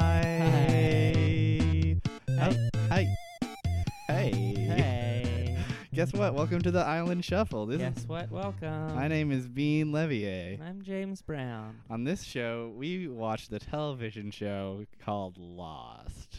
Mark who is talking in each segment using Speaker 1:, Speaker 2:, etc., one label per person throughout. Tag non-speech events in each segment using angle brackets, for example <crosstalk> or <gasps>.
Speaker 1: <laughs> Guess what? Welcome to the Island Shuffle. This
Speaker 2: Guess
Speaker 1: is
Speaker 2: what? Welcome.
Speaker 1: my name is Bean Levier.
Speaker 2: I'm James Brown.
Speaker 1: On this show, we watch the television show called Lost.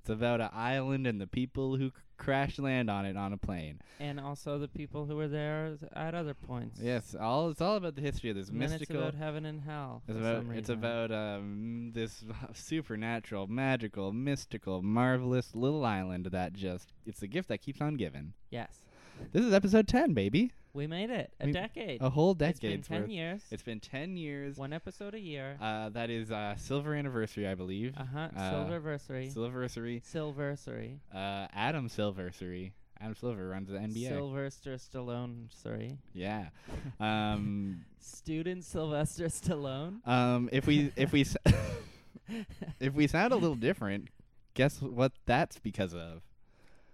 Speaker 1: It's about an island and the people who c- crash land on it on a plane.
Speaker 2: And also the people who were there at other points.
Speaker 1: Yes, all it's all about the history of this
Speaker 2: And then
Speaker 1: mystical.
Speaker 2: it's about heaven and hell.
Speaker 1: it's
Speaker 2: for
Speaker 1: about
Speaker 2: some
Speaker 1: it's
Speaker 2: reason.
Speaker 1: about um, this <laughs> supernatural, magical, mystical, marvelous little island that just it's a gift that keeps on giving.
Speaker 2: Yes.
Speaker 1: This is episode ten, baby.
Speaker 2: We made it. A
Speaker 1: We-
Speaker 2: decade.
Speaker 1: A whole
Speaker 2: it's been
Speaker 1: decade's
Speaker 2: 10
Speaker 1: worth.
Speaker 2: years.
Speaker 1: It's been ten years.
Speaker 2: one episode a year.
Speaker 1: Uh, that is uh, silver anniversary, I believe.
Speaker 2: Uh huh.
Speaker 1: uh,
Speaker 2: Silverversary.
Speaker 1: Silversary.
Speaker 2: Silversary.
Speaker 1: Uh, Adam Silversary. Adam Silver runs the NBA.
Speaker 2: Sylvester Stallone. Sorry. <laughs>
Speaker 1: yeah. Um,
Speaker 2: Student Sylvester Stallone. <laughs>
Speaker 1: um, if we if we s- <laughs> if we sound a little different, guess what? That's because of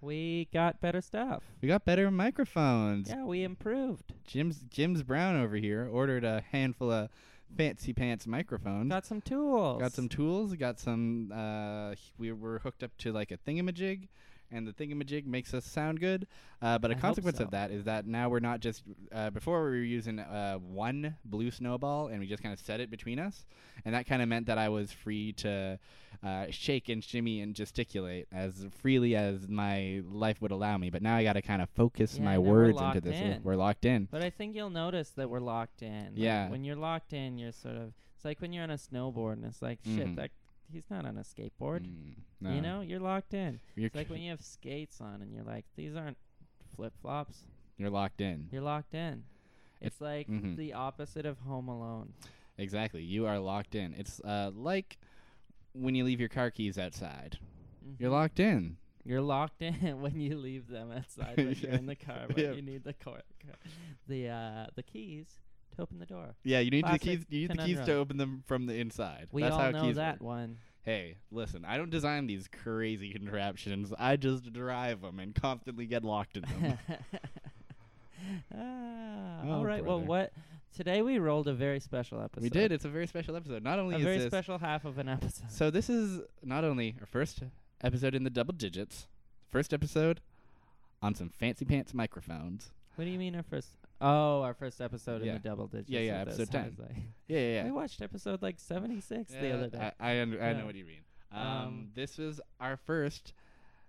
Speaker 2: we got better stuff.
Speaker 1: we got better microphones.
Speaker 2: Yeah, we improved.
Speaker 1: Jim's Jim's Brown over here ordered a handful of fancy pants microphones.
Speaker 2: Got some tools.
Speaker 1: Got some tools. Got some. Uh, h- we were hooked up to like a thingamajig, and the thingamajig makes us sound good. Uh, but a
Speaker 2: I hope
Speaker 1: consequence
Speaker 2: so.
Speaker 1: of that is that now we're not just. Uh, before we were using uh, one blue snowball, and we just kind of set it between us, and that kind of meant that I was free to uh, shake and shimmy and gesticulate as freely as my life would allow me. But now I got to kind of focus
Speaker 2: Yeah,
Speaker 1: my
Speaker 2: now we're
Speaker 1: words into
Speaker 2: locked
Speaker 1: this.
Speaker 2: in.
Speaker 1: We're locked in.
Speaker 2: But I think you'll notice that we're locked in. Like,
Speaker 1: Yeah.
Speaker 2: when you're locked in, you're sort of. It's like when you're on a snowboard and it's like,
Speaker 1: Mhm.
Speaker 2: shit, that he's not on a skateboard.
Speaker 1: Mm,
Speaker 2: You
Speaker 1: no.
Speaker 2: know, you're locked in.
Speaker 1: you're,
Speaker 2: It's like when you have skates on and you're like, these aren't flip flops.
Speaker 1: you're locked in.
Speaker 2: You're locked in.
Speaker 1: It-
Speaker 2: It's like
Speaker 1: mhm.
Speaker 2: the opposite of Home Alone.
Speaker 1: Exactly. You are locked in. It's uh, like when you leave your car keys outside. You're
Speaker 2: Mhm.
Speaker 1: locked in.
Speaker 2: You're locked in <laughs> when you leave them
Speaker 1: <laughs>
Speaker 2: outside when you're in the car, but
Speaker 1: Yeah.
Speaker 2: you need the car, <laughs> car- the uh, the keys to open the door.
Speaker 1: Yeah, you need
Speaker 2: Classic
Speaker 1: the keys. You need the keys to
Speaker 2: conundrum.
Speaker 1: open them from the inside.
Speaker 2: We
Speaker 1: That's
Speaker 2: all
Speaker 1: how
Speaker 2: know
Speaker 1: keys
Speaker 2: that
Speaker 1: work.
Speaker 2: one.
Speaker 1: Hey, listen. I don't design these crazy contraptions. I just derive them and constantly get locked in them.
Speaker 2: <laughs> ah,
Speaker 1: Oh,
Speaker 2: all right. Well,
Speaker 1: brother.
Speaker 2: what today we rolled a very special episode.
Speaker 1: <laughs> we did. It's a very special episode. Not only
Speaker 2: a
Speaker 1: is
Speaker 2: very
Speaker 1: this
Speaker 2: special half of an episode. <laughs>
Speaker 1: so, this is not only our first episode in the double digits. First episode on some fancy pants microphones.
Speaker 2: what do you mean our first? Oh, our first episode in
Speaker 1: Yeah.
Speaker 2: the double digits.
Speaker 1: Yeah, yeah,
Speaker 2: of this.
Speaker 1: episode
Speaker 2: I was like-
Speaker 1: Yeah, yeah. yeah.
Speaker 2: We watched episode like seventy six the
Speaker 1: Yeah,
Speaker 2: other day.
Speaker 1: I, I, under, I
Speaker 2: Yeah.
Speaker 1: know what you mean. Um,
Speaker 2: Um,
Speaker 1: this was our first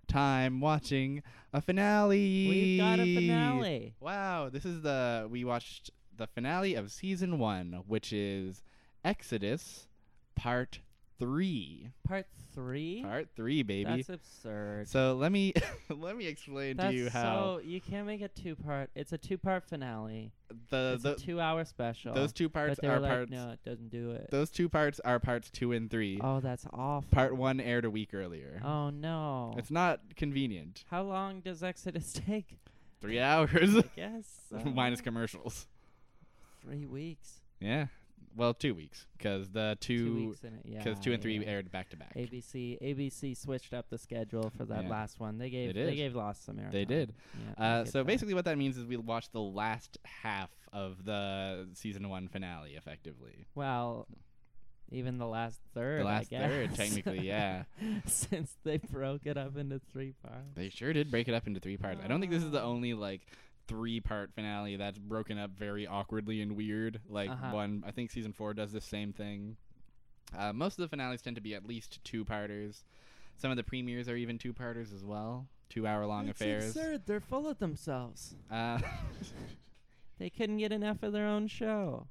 Speaker 1: time watching a finale.
Speaker 2: We've got a finale.
Speaker 1: Wow, this is the we watched the finale of season one, which is Exodus, part three.
Speaker 2: Part three.
Speaker 1: Part three, baby.
Speaker 2: That's absurd.
Speaker 1: So let me <laughs> let me explain
Speaker 2: That's
Speaker 1: to you how
Speaker 2: so you can't make a two part. It's a two part finale.
Speaker 1: the,
Speaker 2: it's a
Speaker 1: the
Speaker 2: two hour special.
Speaker 1: those two parts
Speaker 2: but they
Speaker 1: are
Speaker 2: were like,
Speaker 1: parts.
Speaker 2: No, it doesn't do it.
Speaker 1: Those two parts are parts two and three.
Speaker 2: Oh, that's awful.
Speaker 1: Part one aired a week earlier.
Speaker 2: Oh no.
Speaker 1: It's not convenient.
Speaker 2: How long does Exodus <laughs> take?
Speaker 1: Three hours <laughs>
Speaker 2: I guess uh,
Speaker 1: minus commercials.
Speaker 2: three weeks.
Speaker 1: Yeah. Well, two weeks because the
Speaker 2: Two,
Speaker 1: two
Speaker 2: weeks in it, yeah.
Speaker 1: because two and three
Speaker 2: yeah.
Speaker 1: aired back to back.
Speaker 2: ABC ABC switched up the schedule for that
Speaker 1: Yeah.
Speaker 2: last one. They gave
Speaker 1: did.
Speaker 2: they gave Lost some airtime.
Speaker 1: did.
Speaker 2: Yeah, I
Speaker 1: Uh,
Speaker 2: get
Speaker 1: so
Speaker 2: that.
Speaker 1: basically, what that means is we watched the last half of the season one finale, effectively.
Speaker 2: well, even the last third. I
Speaker 1: last third,
Speaker 2: guess. <laughs>
Speaker 1: technically, yeah.
Speaker 2: Since they broke it up into three parts.
Speaker 1: They sure did break it up into three parts. I don't think this is the
Speaker 2: Ah.
Speaker 1: only like three part finale that's broken up very awkwardly and weird. Like
Speaker 2: Uh-huh.
Speaker 1: one, I think season four does the same thing. Uh, most of the finales tend to be at least two parters. Some of the premieres are even two parters as well. Two hour long
Speaker 2: It's
Speaker 1: affairs.
Speaker 2: absurd. They're full of themselves.
Speaker 1: Uh, <laughs>
Speaker 2: <laughs> They couldn't get enough of their own show.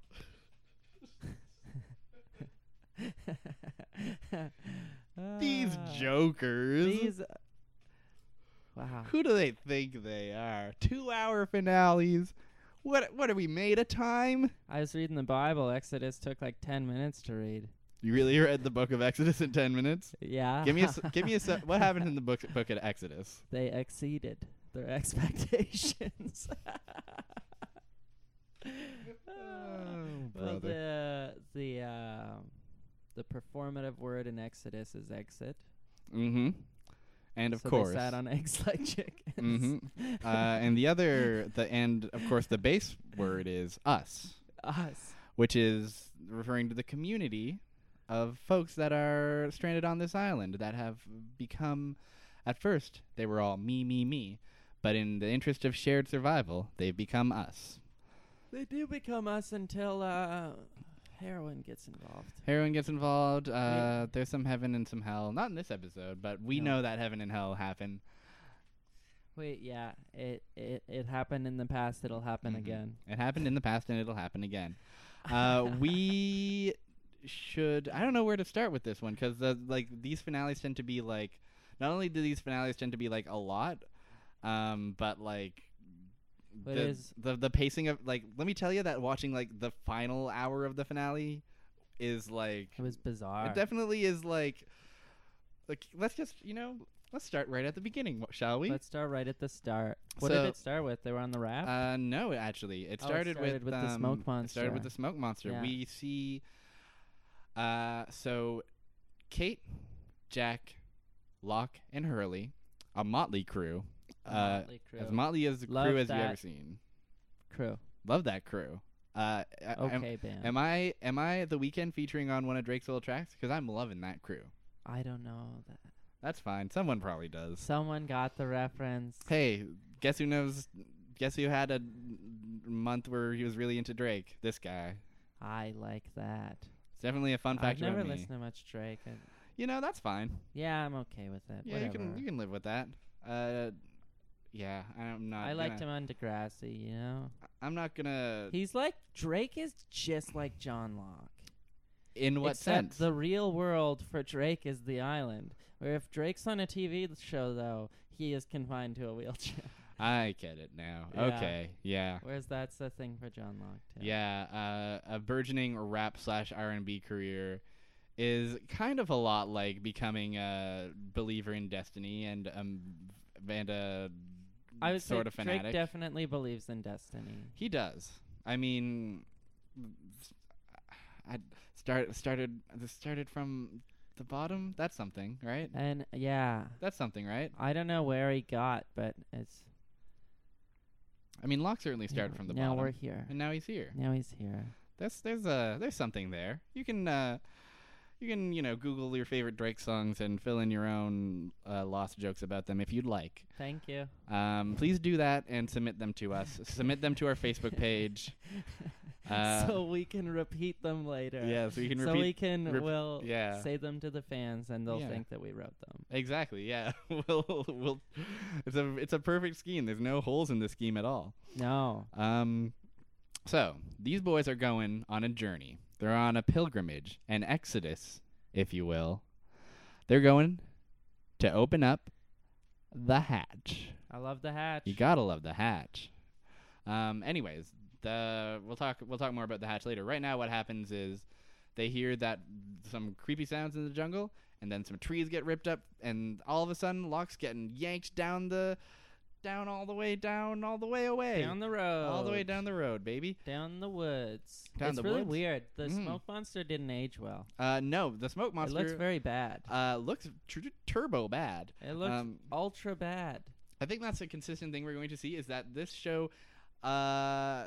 Speaker 1: <laughs> these
Speaker 2: Ah,
Speaker 1: jokers.
Speaker 2: These. Wow.
Speaker 1: Who do they think they are? Two hour finales. What what are we made of time?
Speaker 2: I was reading the Bible. Exodus took like 10 minutes to read.
Speaker 1: You really read the book of Exodus in ten minutes?
Speaker 2: Yeah.
Speaker 1: Give me a <laughs> s- give me a s- what happened in the book book of Exodus?
Speaker 2: They exceeded their <laughs> expectations. <laughs>
Speaker 1: <laughs> Oh,
Speaker 2: well,
Speaker 1: brother.
Speaker 2: the the um the performative word in Exodus is exit.
Speaker 1: Mm-hmm. And of
Speaker 2: so
Speaker 1: course,
Speaker 2: they sat
Speaker 1: <laughs>
Speaker 2: on eggs <laughs> like chickens.
Speaker 1: hmm uh, and the other, the and of course, the base word is us,
Speaker 2: Us.
Speaker 1: which is referring to the community of folks that are stranded on this island that have become, at first, they were all me, me, me, but in the interest of shared survival, they've become us.
Speaker 2: They do become us until uh, heroin gets involved.
Speaker 1: Heroin gets involved. Uh, there's some heaven and some hell. Not in this episode, but we
Speaker 2: No.
Speaker 1: know that heaven and hell happen.
Speaker 2: Wait, yeah, it it, it happened in the past. It'll happen
Speaker 1: Mhm.
Speaker 2: again.
Speaker 1: It happened in the past, and it'll happen again. Uh,
Speaker 2: <laughs>
Speaker 1: we should. I don't know where to start with this one because the, like these finales tend to be like. Not only do these finales tend to be like a lot, um, but like.
Speaker 2: But
Speaker 1: the,
Speaker 2: is-
Speaker 1: the the pacing of like let me tell you that watching like the final hour of the finale is like
Speaker 2: It was bizarre.
Speaker 1: It definitely is like, like let's just you know let's start right at the beginning, wh- shall we?
Speaker 2: Let's start right at the start. What
Speaker 1: So-
Speaker 2: did it start with? They were on the raft.
Speaker 1: Uh, no, actually, it
Speaker 2: Oh, it
Speaker 1: started,
Speaker 2: started with the smoke
Speaker 1: um, It started with
Speaker 2: monster.
Speaker 1: the smoke monster.
Speaker 2: Yeah.
Speaker 1: We see, uh, so Kate, Jack, Locke, and Hurley, a motley crew,
Speaker 2: The
Speaker 1: uh,
Speaker 2: Oh, Motley
Speaker 1: as motley as
Speaker 2: Crue. Love
Speaker 1: crew as you've
Speaker 2: that.
Speaker 1: ever seen.
Speaker 2: crew.
Speaker 1: Love that crew. Uh, I- I'm-
Speaker 2: Okay, band.
Speaker 1: Am I am I the weekend featuring on one of Drake's little tracks? Because I'm loving that crew.
Speaker 2: I don't know. That.
Speaker 1: That's fine. Someone probably does.
Speaker 2: Someone got the reference.
Speaker 1: Hey, guess who knows? Guess who had a month where he was really into Drake? This guy.
Speaker 2: I like that.
Speaker 1: It's definitely a fun
Speaker 2: I've
Speaker 1: fact
Speaker 2: never
Speaker 1: about me.
Speaker 2: listened to much Drake. I,
Speaker 1: You know, that's fine.
Speaker 2: yeah, I'm okay with it.
Speaker 1: Yeah,
Speaker 2: Whatever.
Speaker 1: you can you can live with that. Uh, yeah, I'm not.
Speaker 2: I liked
Speaker 1: gonna,
Speaker 2: him on Degrassi. You know,
Speaker 1: I'm not gonna.
Speaker 2: he's like Drake is just like John Locke.
Speaker 1: in what
Speaker 2: Except
Speaker 1: sense?
Speaker 2: The real world for Drake is the island. Where if Drake's on a TV show, though, he is confined to a wheelchair. <laughs>
Speaker 1: I get it now.
Speaker 2: Yeah.
Speaker 1: Okay. Yeah.
Speaker 2: Whereas that's the thing for John Locke. Too.
Speaker 1: Yeah, uh, a burgeoning rap slash R and B career is kind of a lot like becoming a believer in destiny and um and a
Speaker 2: I would
Speaker 1: sort
Speaker 2: say
Speaker 1: of fanatic.
Speaker 2: Drake definitely believes in destiny.
Speaker 1: he does. I mean, I start started this started from the bottom. That's something, right?
Speaker 2: And yeah,
Speaker 1: That's something, right?
Speaker 2: I don't know where he got, but it's
Speaker 1: I mean, Locke certainly started
Speaker 2: yeah,
Speaker 1: from the
Speaker 2: now we're
Speaker 1: bottom,
Speaker 2: here.
Speaker 1: and now he's here.
Speaker 2: Now he's here.
Speaker 1: That's there's a there's something there. You can uh, you can you know Google your favorite Drake songs and fill in your own uh, lost jokes about them if you'd like.
Speaker 2: Thank you.
Speaker 1: Um, please do that and submit them to us. submit them to our Facebook
Speaker 2: <laughs>
Speaker 1: page. Uh,
Speaker 2: so we can repeat them later.
Speaker 1: Yeah, so you can
Speaker 2: so
Speaker 1: repeat.
Speaker 2: we can
Speaker 1: rep-
Speaker 2: we'll
Speaker 1: yeah.
Speaker 2: say them to the fans, and they'll
Speaker 1: Yeah.
Speaker 2: think that we wrote them.
Speaker 1: Exactly. Yeah. <laughs> we'll we'll. It's a it's a perfect scheme. There's no holes in the scheme at all.
Speaker 2: No,
Speaker 1: Um, so these boys are going on a journey. They're on a pilgrimage, an exodus, if you will. They're going to open up the hatch.
Speaker 2: I love the hatch.
Speaker 1: You gotta love the hatch. Um, anyways, the we'll talk we'll talk more about the hatch later. Right now, what happens is they hear that some creepy sounds in the jungle, and then some trees get ripped up, and all of a sudden, Locke's getting yanked down the down all the way down all the way away
Speaker 2: down the road,
Speaker 1: all the way down the road, baby.
Speaker 2: down the woods.
Speaker 1: Down
Speaker 2: it's
Speaker 1: the
Speaker 2: really
Speaker 1: woods?
Speaker 2: weird. The
Speaker 1: Mm.
Speaker 2: smoke monster didn't age well.
Speaker 1: Uh, no, the smoke monster
Speaker 2: It looks very bad.
Speaker 1: uh looks tr- tr- turbo bad.
Speaker 2: It looks
Speaker 1: um,
Speaker 2: ultra bad.
Speaker 1: I think that's a consistent thing we're going to see is that this show, uh, uh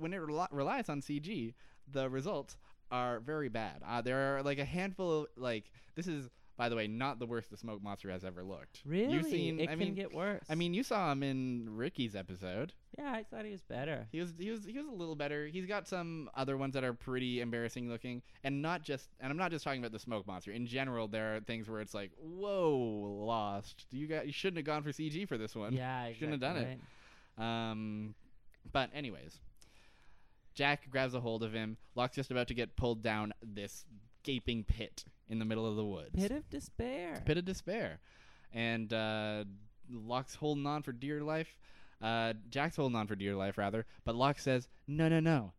Speaker 1: when it rel- relies on CG, the results are very bad. Uh, there are like a handful of like this is by the way not the worst the smoke monster has ever looked.
Speaker 2: Really,
Speaker 1: You've seen,
Speaker 2: it
Speaker 1: I
Speaker 2: can
Speaker 1: mean,
Speaker 2: get worse.
Speaker 1: I mean, you saw him in Ricky's episode.
Speaker 2: yeah, I thought he was better.
Speaker 1: He was he was he was a little better. He's got some other ones that are pretty embarrassing looking, and not just. And I'm not just talking about the smoke monster. In general, there are things where it's like, whoa, lost. You got you shouldn't have gone for CG for this one.
Speaker 2: yeah, exactly,
Speaker 1: um, shouldn't have done it.
Speaker 2: right?
Speaker 1: Um, but anyways, Jack grabs a hold of him. Locke's just about to get pulled down this gaping pit in the middle of the woods.
Speaker 2: Pit of despair.
Speaker 1: Pit of despair, and uh, Locke's holding on for dear life. Uh, Jack's holding on for dear life, rather. But Locke says, "No, no, no.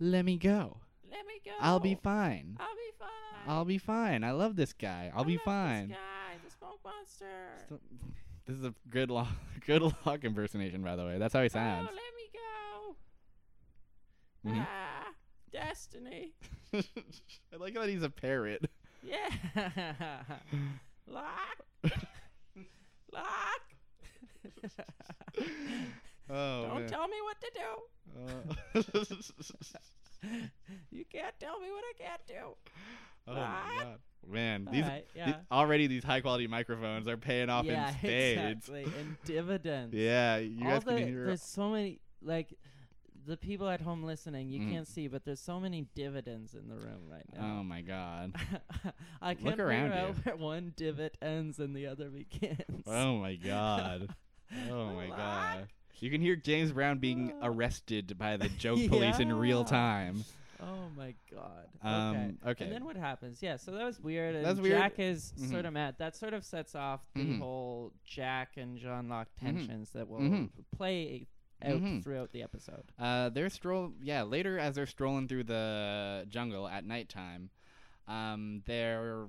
Speaker 1: Let me go.
Speaker 2: Let me go.
Speaker 1: I'll be fine.
Speaker 2: I'll be fine.
Speaker 1: I'll be fine. I love this guy. I'll
Speaker 2: I
Speaker 1: be
Speaker 2: love
Speaker 1: fine."
Speaker 2: This guy, the smoke monster.
Speaker 1: So- This is a good Locke, <laughs> good Locke impersonation, by the way. That's how he sounds.
Speaker 2: Oh, let me go.
Speaker 1: Mhm.
Speaker 2: Ah, destiny.
Speaker 1: <laughs> I like that he's a parrot. <laughs>
Speaker 2: Yeah. <laughs> Lock. Lock.
Speaker 1: <laughs> Oh,
Speaker 2: Don't
Speaker 1: man.
Speaker 2: tell me what to do.
Speaker 1: Uh,
Speaker 2: You can't tell me what I can't do.
Speaker 1: <laughs> oh my
Speaker 2: What?
Speaker 1: god. Man,
Speaker 2: All
Speaker 1: these
Speaker 2: right,
Speaker 1: the- already these high quality microphones are paying off
Speaker 2: yeah, <laughs>
Speaker 1: in spades. <laughs>
Speaker 2: exactly. And dividends.
Speaker 1: Yeah, you
Speaker 2: All
Speaker 1: guys
Speaker 2: the,
Speaker 1: can hear.
Speaker 2: there's so many like the people at home listening, you
Speaker 1: Mm.
Speaker 2: can't see, but there's so many dividends in the room right
Speaker 1: Oh
Speaker 2: now.
Speaker 1: my god.
Speaker 2: <laughs> I
Speaker 1: Look
Speaker 2: can't figure
Speaker 1: around
Speaker 2: out
Speaker 1: you.
Speaker 2: where one divot ends and the other begins.
Speaker 1: Oh my
Speaker 2: <laughs>
Speaker 1: god. Oh my
Speaker 2: What?
Speaker 1: god. You can hear James Brown being
Speaker 2: Uh,
Speaker 1: arrested by
Speaker 2: <laughs>
Speaker 1: the joke police in real
Speaker 2: yeah.
Speaker 1: time.
Speaker 2: <laughs> Oh my god. okay.
Speaker 1: Um, okay.
Speaker 2: And then what happens? Yeah, so that was weird. And
Speaker 1: That's weird.
Speaker 2: Jack is
Speaker 1: Mhm.
Speaker 2: sort of mad. That sort of sets off the
Speaker 1: Mhm.
Speaker 2: whole Jack and John Locke tensions that will
Speaker 1: Mhm.
Speaker 2: play out
Speaker 1: Mhm.
Speaker 2: throughout the episode.
Speaker 1: Uh, they're stroll. Yeah, later as they're strolling through the jungle at nighttime, um, they're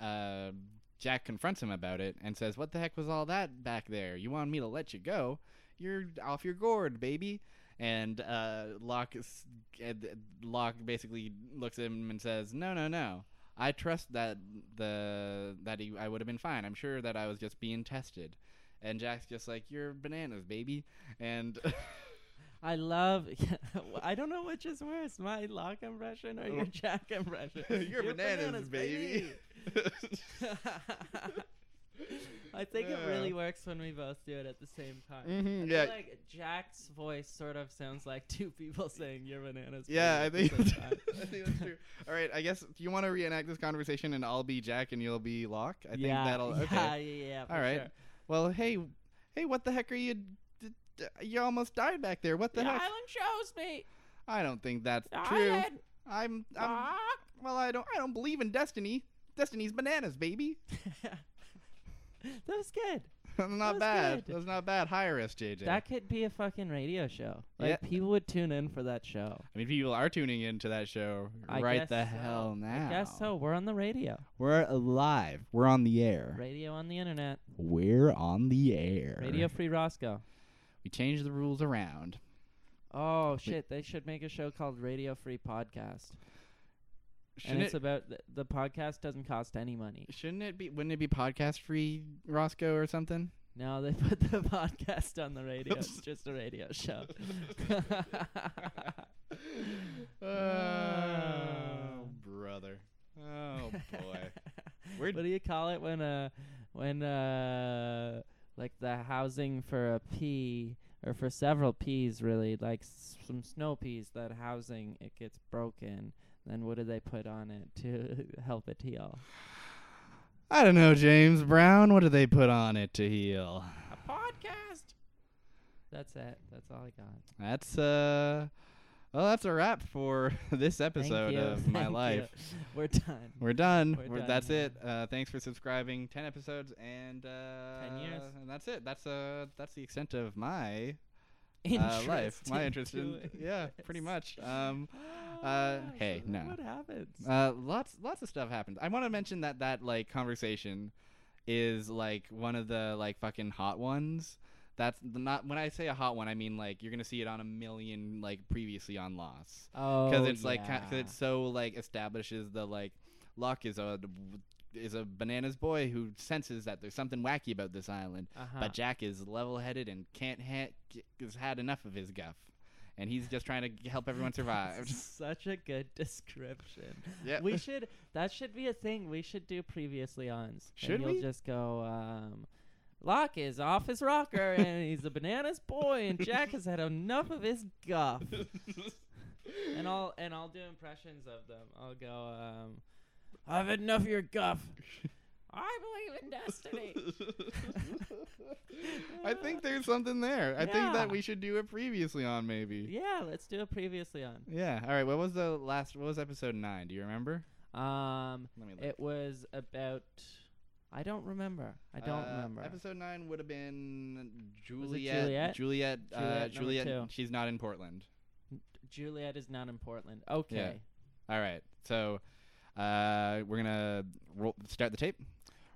Speaker 1: uh, Jack confronts him about it and says, "What the heck was all that back there? You want me to let you go? You're off your gourd, baby." And uh, Locke, is- uh, Locke basically looks at him and says, "No, no, no." I trust that the that he, I would have been fine. I'm sure that I was just being tested, and Jack's just like you're bananas, baby, and <laughs>
Speaker 2: I love. <laughs> I don't know which is worse, my Locke impression
Speaker 1: <laughs>
Speaker 2: or your Jack impression.
Speaker 1: You're
Speaker 2: Your
Speaker 1: bananas, baby. <laughs>
Speaker 2: <laughs> I think it
Speaker 1: Yeah.
Speaker 2: really works when we both do it at the same time. I
Speaker 1: Mhm,
Speaker 2: feel
Speaker 1: yeah,
Speaker 2: like Jack's voice sort of sounds like two people saying "You're bananas."
Speaker 1: yeah. I
Speaker 2: baby"
Speaker 1: think,
Speaker 2: at the
Speaker 1: <laughs> that's,
Speaker 2: same time.
Speaker 1: I think that's true. All right, I guess do you want to reenact this conversation, and I'll be Jack, and you'll be Locke. I think
Speaker 2: <laughs> yeah,
Speaker 1: that'll okay.
Speaker 2: Yeah, yeah, yeah. for
Speaker 1: All right.
Speaker 2: sure.
Speaker 1: Well, hey, hey, what the heck are you? D- d- you almost died back there. What the
Speaker 2: The
Speaker 1: heck?
Speaker 2: island shows me.
Speaker 1: I don't think that's
Speaker 2: The
Speaker 1: true.
Speaker 2: island. <laughs>
Speaker 1: I'm, I'm. Well, I don't. I don't believe in destiny. Destiny's bananas, baby. <laughs>
Speaker 2: Locke. that was good.
Speaker 1: That's
Speaker 2: That
Speaker 1: not
Speaker 2: was
Speaker 1: bad.
Speaker 2: good.
Speaker 1: That's not bad. Hire us, JJ.
Speaker 2: That could be a fucking radio show. Like
Speaker 1: Yeah.
Speaker 2: people would tune in for that show.
Speaker 1: I mean, people are tuning into that show
Speaker 2: I
Speaker 1: right
Speaker 2: guess
Speaker 1: the
Speaker 2: so.
Speaker 1: hell now.
Speaker 2: I guess so. We're on the radio.
Speaker 1: We're live. We're on the air.
Speaker 2: Radio on the internet.
Speaker 1: We're on the air.
Speaker 2: Radio Free Roscoe.
Speaker 1: We changed the rules around.
Speaker 2: Oh shit! They should make a show called Radio Free Podcast, and
Speaker 1: Shouldn't
Speaker 2: it's
Speaker 1: it,
Speaker 2: about th- the podcast doesn't cost any money.
Speaker 1: shouldn't it be? Wouldn't it be podcast free, Roscoe, or
Speaker 2: <laughs>
Speaker 1: something?
Speaker 2: No, they put the podcast on
Speaker 1: <laughs>
Speaker 2: the radio. it's just a radio show.
Speaker 1: oh,
Speaker 2: Um.
Speaker 1: brother.
Speaker 2: <laughs>
Speaker 1: Oh <laughs> boy. We're-
Speaker 2: what do you call it when uh when uh like the housing for a pea or for several peas really like s- some snow peas that housing it gets broken then what do they put on it to <laughs> help it heal
Speaker 1: I don't know, James Brown. What do they put on it to heal?
Speaker 2: a podcast that's it that's all i got
Speaker 1: <sighs> That's uh. Well, that's a wrap for <laughs> this episode
Speaker 2: Thank you.
Speaker 1: of my
Speaker 2: <laughs> Thank you.
Speaker 1: life.
Speaker 2: we're done
Speaker 1: We're done.
Speaker 2: We're
Speaker 1: We're
Speaker 2: done,
Speaker 1: that's
Speaker 2: yeah.
Speaker 1: it. Uh, thanks for subscribing. Ten episodes and uh,
Speaker 2: years.
Speaker 1: And that's it. That's uh, that's the extent of my uh,
Speaker 2: <laughs> Interest <laughs>
Speaker 1: life. My
Speaker 2: in
Speaker 1: interest in
Speaker 2: doing
Speaker 1: <laughs>
Speaker 2: <gasps>
Speaker 1: yeah, pretty
Speaker 2: this.
Speaker 1: much. Um,
Speaker 2: Ah,
Speaker 1: hey,
Speaker 2: so then
Speaker 1: no.
Speaker 2: what happens
Speaker 1: uh, lots lots of stuff happens. I want to mention that that like conversation is like one of the like fucking hot ones. That's not when I say a hot one. I mean like you're gonna see it on a million like previously on Lost
Speaker 2: oh
Speaker 1: because it's like kind- Uh, cause
Speaker 2: yeah.
Speaker 1: it's so like establishes the like Locke is a is a bananas boy who senses that there's something wacky about this island,
Speaker 2: uh-huh.
Speaker 1: but Jack is level-headed and can't ha- g- has had enough of his guff, and he's just trying to g- help everyone survive. <laughs>
Speaker 2: <laughs> That's Such a good description.
Speaker 1: yeah,
Speaker 2: We should. That should be a thing we should do previously on.
Speaker 1: Should
Speaker 2: and you'll
Speaker 1: we?
Speaker 2: just go. Um, Locke is off
Speaker 1: <laughs>
Speaker 2: his rocker and he's a bananas boy and Jack has had enough of his guff. And I'll and I'll do impressions of them. I'll go. Um, I've had enough of your guff. I believe in destiny.
Speaker 1: <laughs> <laughs> I think there's something there. I think
Speaker 2: Yeah.
Speaker 1: that we should do it previously on maybe.
Speaker 2: Yeah, let's do it previously on.
Speaker 1: Yeah. All right. What was the last? What was episode nine? Do you remember?
Speaker 2: Um,
Speaker 1: Let me. look.
Speaker 2: it was about. I don't remember. I don't
Speaker 1: Uh,
Speaker 2: remember.
Speaker 1: Episode nine would have been
Speaker 2: Was it
Speaker 1: Juliet.
Speaker 2: Juliet?
Speaker 1: Juliet. Juliet.
Speaker 2: Juliet
Speaker 1: Uh,
Speaker 2: number
Speaker 1: Juliet.
Speaker 2: two.
Speaker 1: she's not in Portland.
Speaker 2: Juliet is not in Portland. Okay.
Speaker 1: All right. So uh, we're gonna roll, start the tape.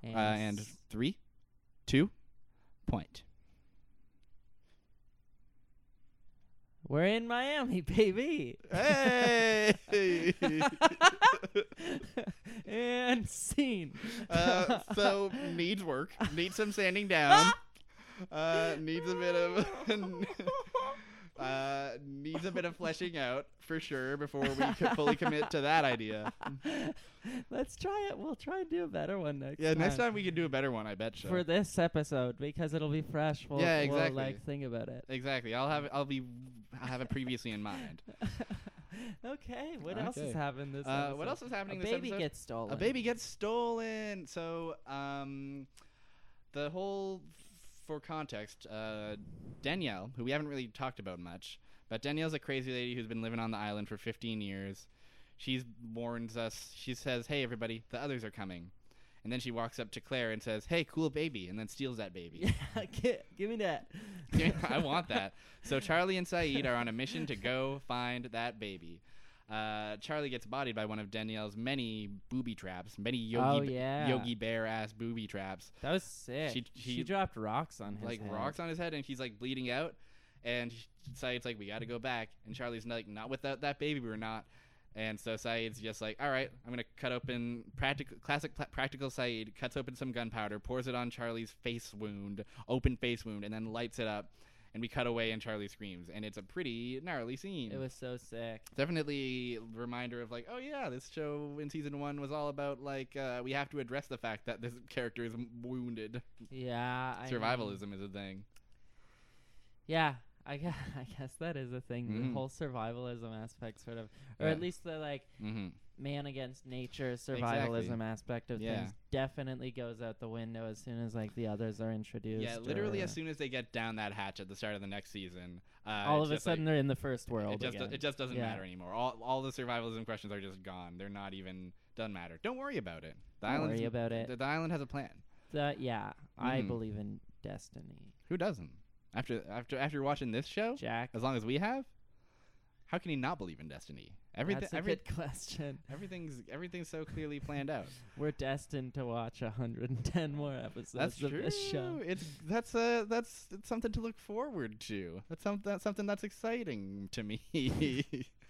Speaker 1: Uh, and
Speaker 2: s-
Speaker 1: three, two,
Speaker 2: <laughs>
Speaker 1: point.
Speaker 2: we're in Miami, <laughs> baby.
Speaker 1: Hey.
Speaker 2: <laughs> and scene.
Speaker 1: uh, so needs work. Uh,
Speaker 2: <laughs>
Speaker 1: Needs some sanding down. Uh, needs a bit of. <laughs> Uh, needs a bit of fleshing out for sure before we could fully commit to that
Speaker 2: <laughs>
Speaker 1: idea.
Speaker 2: Let's try it. We'll try and do a better one next.
Speaker 1: Yeah, next time we can do a better one. I bet you.
Speaker 2: for this episode because it'll be fresh. We'll,
Speaker 1: Yeah,
Speaker 2: we'll,
Speaker 1: exactly.
Speaker 2: like think about it. <laughs>
Speaker 1: exactly. I'll have. I'll be. I have it previously in mind.
Speaker 2: okay. What else
Speaker 1: Okay.
Speaker 2: has happened this?
Speaker 1: Uh, what
Speaker 2: episode?
Speaker 1: else is happening
Speaker 2: A
Speaker 1: this
Speaker 2: baby
Speaker 1: episode?
Speaker 2: gets stolen.
Speaker 1: A baby gets stolen. So, um, the whole, for context, uh, Danielle, who we haven't really talked about much, but Danielle's a crazy lady who's been living on the island for 15 years. She warns us. She says, "Hey, everybody, the others are coming." And then she walks up to Claire and says, "Hey, cool baby," and then steals that baby.
Speaker 2: <laughs> Yeah, gi- give me that.
Speaker 1: <laughs>
Speaker 2: <laughs>
Speaker 1: I want that. So Charlie and Saeed are on a mission to go find that baby. Uh, Charlie gets bodied by one of Danielle's many booby traps, many
Speaker 2: oh
Speaker 1: yogi
Speaker 2: yeah,
Speaker 1: Yogi Bear ass booby traps,
Speaker 2: That was sick.
Speaker 1: She-
Speaker 2: She,
Speaker 1: she-
Speaker 2: dropped rocks on his
Speaker 1: like
Speaker 2: head.
Speaker 1: rocks on his head, and he's like bleeding out. And Saeed's like, "We got to go back." And Charlie's like, "Not without that baby, we're not." And so Saeed's just like, "All right, I'm gonna cut open practical, classic pla- practical Saeed cuts open some gunpowder, pours it on Charlie's face wound, open face wound, and then lights it up." And we cut away, and Charlie screams, and it's a pretty gnarly scene.
Speaker 2: It was so sick.
Speaker 1: definitely a reminder of like oh yeah this show in season one was all about like uh, we have to address the fact that this character is m- wounded
Speaker 2: Yeah. I know.
Speaker 1: survivalism is a thing
Speaker 2: Yeah. I guess, <laughs> I guess that is a thing.
Speaker 1: Mhm.
Speaker 2: The whole survivalism aspect, sort of, or
Speaker 1: Yeah.
Speaker 2: at least the like
Speaker 1: mm-hmm.
Speaker 2: man against nature survivalism
Speaker 1: Exactly.
Speaker 2: aspect of
Speaker 1: Yeah.
Speaker 2: things definitely goes out the window as soon as like the others are introduced.
Speaker 1: yeah literally
Speaker 2: or-
Speaker 1: as soon as they get down that hatch at the start of the next season uh,
Speaker 2: all
Speaker 1: it's
Speaker 2: of a
Speaker 1: just, like,
Speaker 2: sudden they're in the first world.
Speaker 1: it just
Speaker 2: again.
Speaker 1: it just doesn't
Speaker 2: Yeah.
Speaker 1: matter anymore all, all the survivalism questions are just gone they're not even doesn't matter don't worry about it the
Speaker 2: Don't
Speaker 1: island's-
Speaker 2: worry about it.
Speaker 1: the, the island has a plan
Speaker 2: The- yeah, I
Speaker 1: Mhm.
Speaker 2: believe in destiny.
Speaker 1: who doesn't after after after watching this show
Speaker 2: Jack,
Speaker 1: as long as we have how can he not believe in destiny everything
Speaker 2: that's a
Speaker 1: every-
Speaker 2: good <laughs> question.
Speaker 1: Everything's everything's so clearly planned
Speaker 2: <laughs>
Speaker 1: out.
Speaker 2: We're destined to watch 110 more episodes
Speaker 1: that's
Speaker 2: of
Speaker 1: true.
Speaker 2: this show.
Speaker 1: It's that's uh that's it's something to look forward to. That's some, that's something that's exciting to me. <laughs>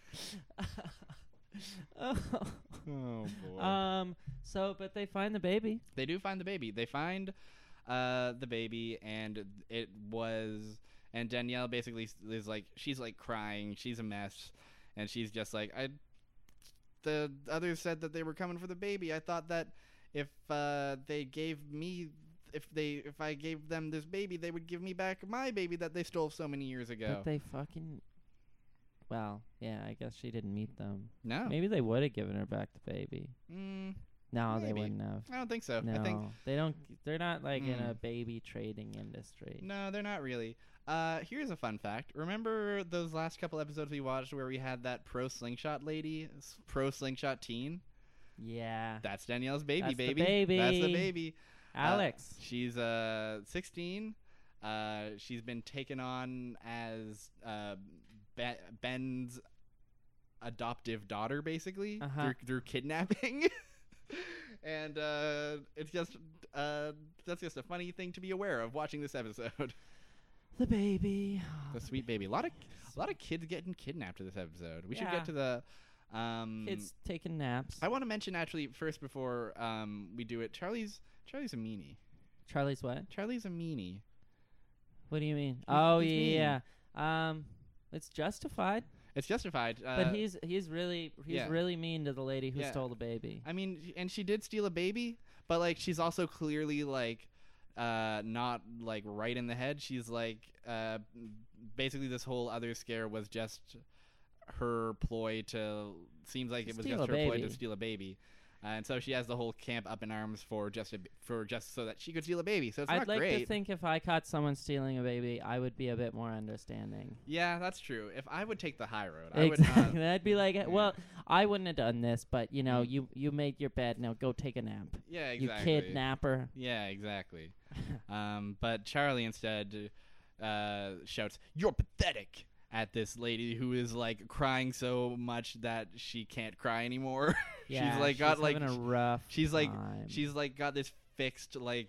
Speaker 2: oh.
Speaker 1: oh boy.
Speaker 2: <laughs> Um. So, but they find the baby.
Speaker 1: they do find the baby. They find uh the baby and it was and Danielle basically s- is like she's like crying, she's a mess and she's just like I the others said that they were coming for the baby. I thought that if uh they gave me if they if I gave them this baby, they would give me back my baby that they stole so many years ago.
Speaker 2: But they fucking. Well, yeah. I guess she didn't meet them.
Speaker 1: no.
Speaker 2: Maybe they would have given her back the baby.
Speaker 1: Mm,
Speaker 2: No, they
Speaker 1: Maybe.
Speaker 2: wouldn't have.
Speaker 1: I don't think so.
Speaker 2: No,
Speaker 1: I think
Speaker 2: they don't. They're not like in
Speaker 1: Mm.
Speaker 2: a baby trading industry.
Speaker 1: No, they're not really. Uh, here's a fun fact. Remember those last couple episodes we watched where we had that pro slingshot lady, s- pro slingshot teen?
Speaker 2: Yeah,
Speaker 1: That's Danielle's baby,
Speaker 2: That's the
Speaker 1: baby. That's the
Speaker 2: baby.
Speaker 1: baby. Uh,
Speaker 2: Alex.
Speaker 1: she's uh 16. Uh, she's been taken on as uh, Be- Ben's adoptive daughter, basically
Speaker 2: Uh-huh.
Speaker 1: through, through kidnapping. <laughs> and uh, it's just uh, that's just a funny thing to be aware of watching this episode.
Speaker 2: the baby.
Speaker 1: The
Speaker 2: <sighs>
Speaker 1: sweet baby. A lot of a lot of kids getting kidnapped this episode. We should
Speaker 2: Yeah.
Speaker 1: get to the. Um,
Speaker 2: kids taking naps.
Speaker 1: I want to mention actually first before um, we do it. Charlie's Charlie's a meanie.
Speaker 2: Charlie's what?
Speaker 1: Charlie's a meanie.
Speaker 2: What do you mean? oh
Speaker 1: he's
Speaker 2: yeah, yeah,
Speaker 1: mean.
Speaker 2: yeah. Um, it's justified,
Speaker 1: It's justified. Uh,
Speaker 2: but he's he's really he's
Speaker 1: yeah.
Speaker 2: really mean to the lady who
Speaker 1: Yeah.
Speaker 2: stole the baby.
Speaker 1: I mean, sh- and she did steal a baby, but like she's also clearly like uh not like right in the head. She's like uh basically this whole other scare was just her ploy to seems like it was
Speaker 2: Steal
Speaker 1: just
Speaker 2: a
Speaker 1: her ploy to
Speaker 2: baby.
Speaker 1: steal a baby. Uh, and so she has the whole camp up in arms for just a, b- for just so that she could steal a baby. So it's
Speaker 2: I'd
Speaker 1: not
Speaker 2: like
Speaker 1: great.
Speaker 2: to think if I caught someone stealing a baby, I would be a bit more understanding.
Speaker 1: yeah, that's true. If I would take the high road, I would
Speaker 2: exactly.
Speaker 1: not.
Speaker 2: <laughs> I'd be like,
Speaker 1: yeah.
Speaker 2: well, I wouldn't have done this, but you know,
Speaker 1: Mm.
Speaker 2: you you made your bed. Now go take a nap.
Speaker 1: Yeah,
Speaker 2: You
Speaker 1: exactly.
Speaker 2: kidnapper.
Speaker 1: Yeah,
Speaker 2: <laughs>
Speaker 1: exactly. um, but Charlie instead uh, shouts, "You're pathetic!" at this lady who is like crying so much that she can't cry anymore. <laughs>
Speaker 2: Yeah,
Speaker 1: she's like got like
Speaker 2: having a rough.
Speaker 1: she's like
Speaker 2: time.
Speaker 1: she's like got this fixed like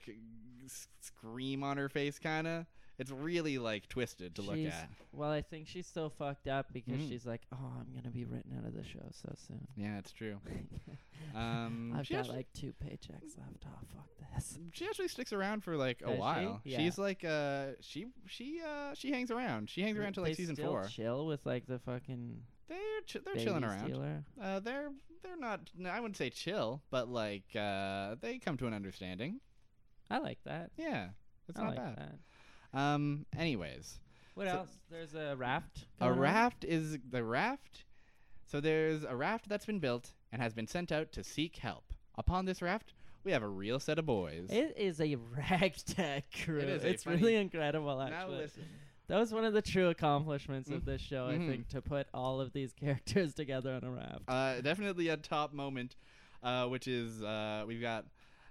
Speaker 1: s- scream on her face, kind of. It's really like twisted to look
Speaker 2: She's-
Speaker 1: at.
Speaker 2: Well, I think she's so fucked up because
Speaker 1: Mhm.
Speaker 2: she's like, oh, I'm gonna be written out of the show so
Speaker 1: <laughs>
Speaker 2: soon.
Speaker 1: Yeah, it's true. Um,
Speaker 2: <laughs> I've
Speaker 1: she
Speaker 2: got
Speaker 1: actually-
Speaker 2: like two paychecks left. Oh, fuck this.
Speaker 1: she actually sticks around for like a
Speaker 2: Does she?
Speaker 1: while.
Speaker 2: Yeah.
Speaker 1: She's like uh she she uh she hangs around. She hangs around till like
Speaker 2: They
Speaker 1: season
Speaker 2: still
Speaker 1: four.
Speaker 2: Chill with like the fucking
Speaker 1: They're ch- they're
Speaker 2: baby
Speaker 1: chilling around.
Speaker 2: stealer.
Speaker 1: Uh, they're they're not. no, I wouldn't say chill, but like uh, they come to an understanding.
Speaker 2: I like that.
Speaker 1: Yeah, it's
Speaker 2: I
Speaker 1: not
Speaker 2: like
Speaker 1: bad.
Speaker 2: that.
Speaker 1: Um. Anyways,
Speaker 2: What
Speaker 1: So-
Speaker 2: else? There's a raft.
Speaker 1: a
Speaker 2: going on?
Speaker 1: raft is the raft. So there's a raft that's been built and has been sent out to seek help. Upon this raft, we have a real set of boys.
Speaker 2: It is a <laughs> ragtag crew.
Speaker 1: is a
Speaker 2: it's
Speaker 1: funny-
Speaker 2: really incredible,
Speaker 1: now
Speaker 2: actually.
Speaker 1: listen.
Speaker 2: That was one of the true accomplishments of this show,
Speaker 1: Mhm.
Speaker 2: I think, to put all of these <laughs> characters together on a raft.
Speaker 1: Uh, definitely a top moment, uh, which is uh, we've got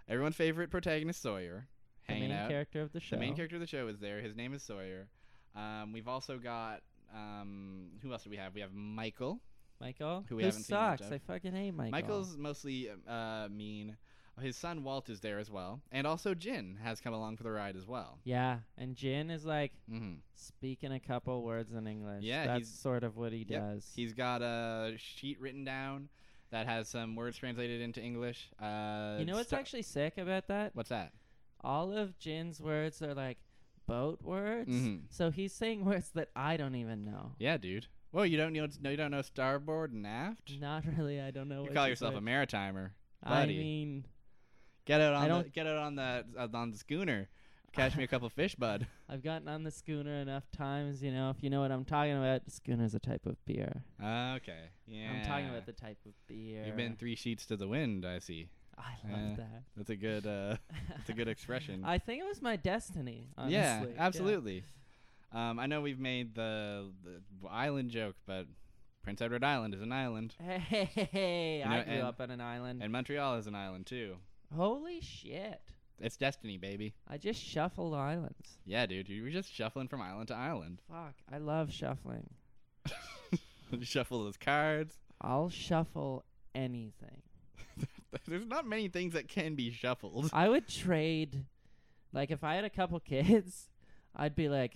Speaker 1: everyone's favorite protagonist Sawyer
Speaker 2: the
Speaker 1: hanging
Speaker 2: main
Speaker 1: out.
Speaker 2: character of the show.
Speaker 1: The main character of the show is there. His name is Sawyer. Um, we've also got um, who else do we have? We have Michael.
Speaker 2: Michael,
Speaker 1: who
Speaker 2: who,
Speaker 1: we haven't seen much
Speaker 2: sucks.
Speaker 1: of.
Speaker 2: I fucking hate Michael.
Speaker 1: Michael's mostly uh, mean. His son Walt is there as well, and also Jin has come along for the ride as well.
Speaker 2: yeah, and Jin is like
Speaker 1: hmm
Speaker 2: speaking a couple words in English.
Speaker 1: Yeah,
Speaker 2: that's
Speaker 1: he's-
Speaker 2: sort of what he
Speaker 1: yep,
Speaker 2: does.
Speaker 1: He's got a sheet written down that has some words translated into English. Uh,
Speaker 2: you know what's
Speaker 1: sta-
Speaker 2: actually sick about that?
Speaker 1: what's that?
Speaker 2: All of Jin's words are like boat words,
Speaker 1: Mhm.
Speaker 2: so he's saying <laughs> words that I don't even know.
Speaker 1: Yeah, dude. Well, you don't know. No, you don't know starboard and aft.
Speaker 2: Not really. I don't know.
Speaker 1: you
Speaker 2: what
Speaker 1: call
Speaker 2: she's
Speaker 1: yourself a
Speaker 2: like.
Speaker 1: maritimer.
Speaker 2: I
Speaker 1: buddy.
Speaker 2: mean,
Speaker 1: Get out
Speaker 2: I
Speaker 1: on the
Speaker 2: don't-
Speaker 1: get out on the uh, on the schooner. Catch me a couple fish,
Speaker 2: <laughs>
Speaker 1: bud.
Speaker 2: I've gotten on the schooner enough times. You know, if you know what I'm talking about, schooner's a type of beer.
Speaker 1: Uh, okay. Yeah.
Speaker 2: I'm talking about the type of beer.
Speaker 1: You've been three sheets to the wind. I see.
Speaker 2: I
Speaker 1: Yeah.
Speaker 2: love that.
Speaker 1: That's a good.
Speaker 2: <laughs>
Speaker 1: Uh, that's a good expression.
Speaker 2: I think it was my destiny. Honestly.
Speaker 1: yeah, absolutely. Um, I know we've made the, the island joke, but Prince Edward Island is an island,
Speaker 2: Hey, hey, hey, hey,
Speaker 1: You know,
Speaker 2: I grew
Speaker 1: and-
Speaker 2: up on an island.
Speaker 1: and Montreal is an island too.
Speaker 2: Holy shit!
Speaker 1: It's destiny, baby.
Speaker 2: I just shuffled islands.
Speaker 1: Yeah, dude, you were just shuffling from island to island. <laughs>
Speaker 2: Fuck! I love shuffling.
Speaker 1: Shuffle those cards. <laughs>
Speaker 2: I'll shuffle anything.
Speaker 1: There's not many things that can be shuffled.
Speaker 2: I would trade, like, if I had a couple kids, <laughs> I'd be like,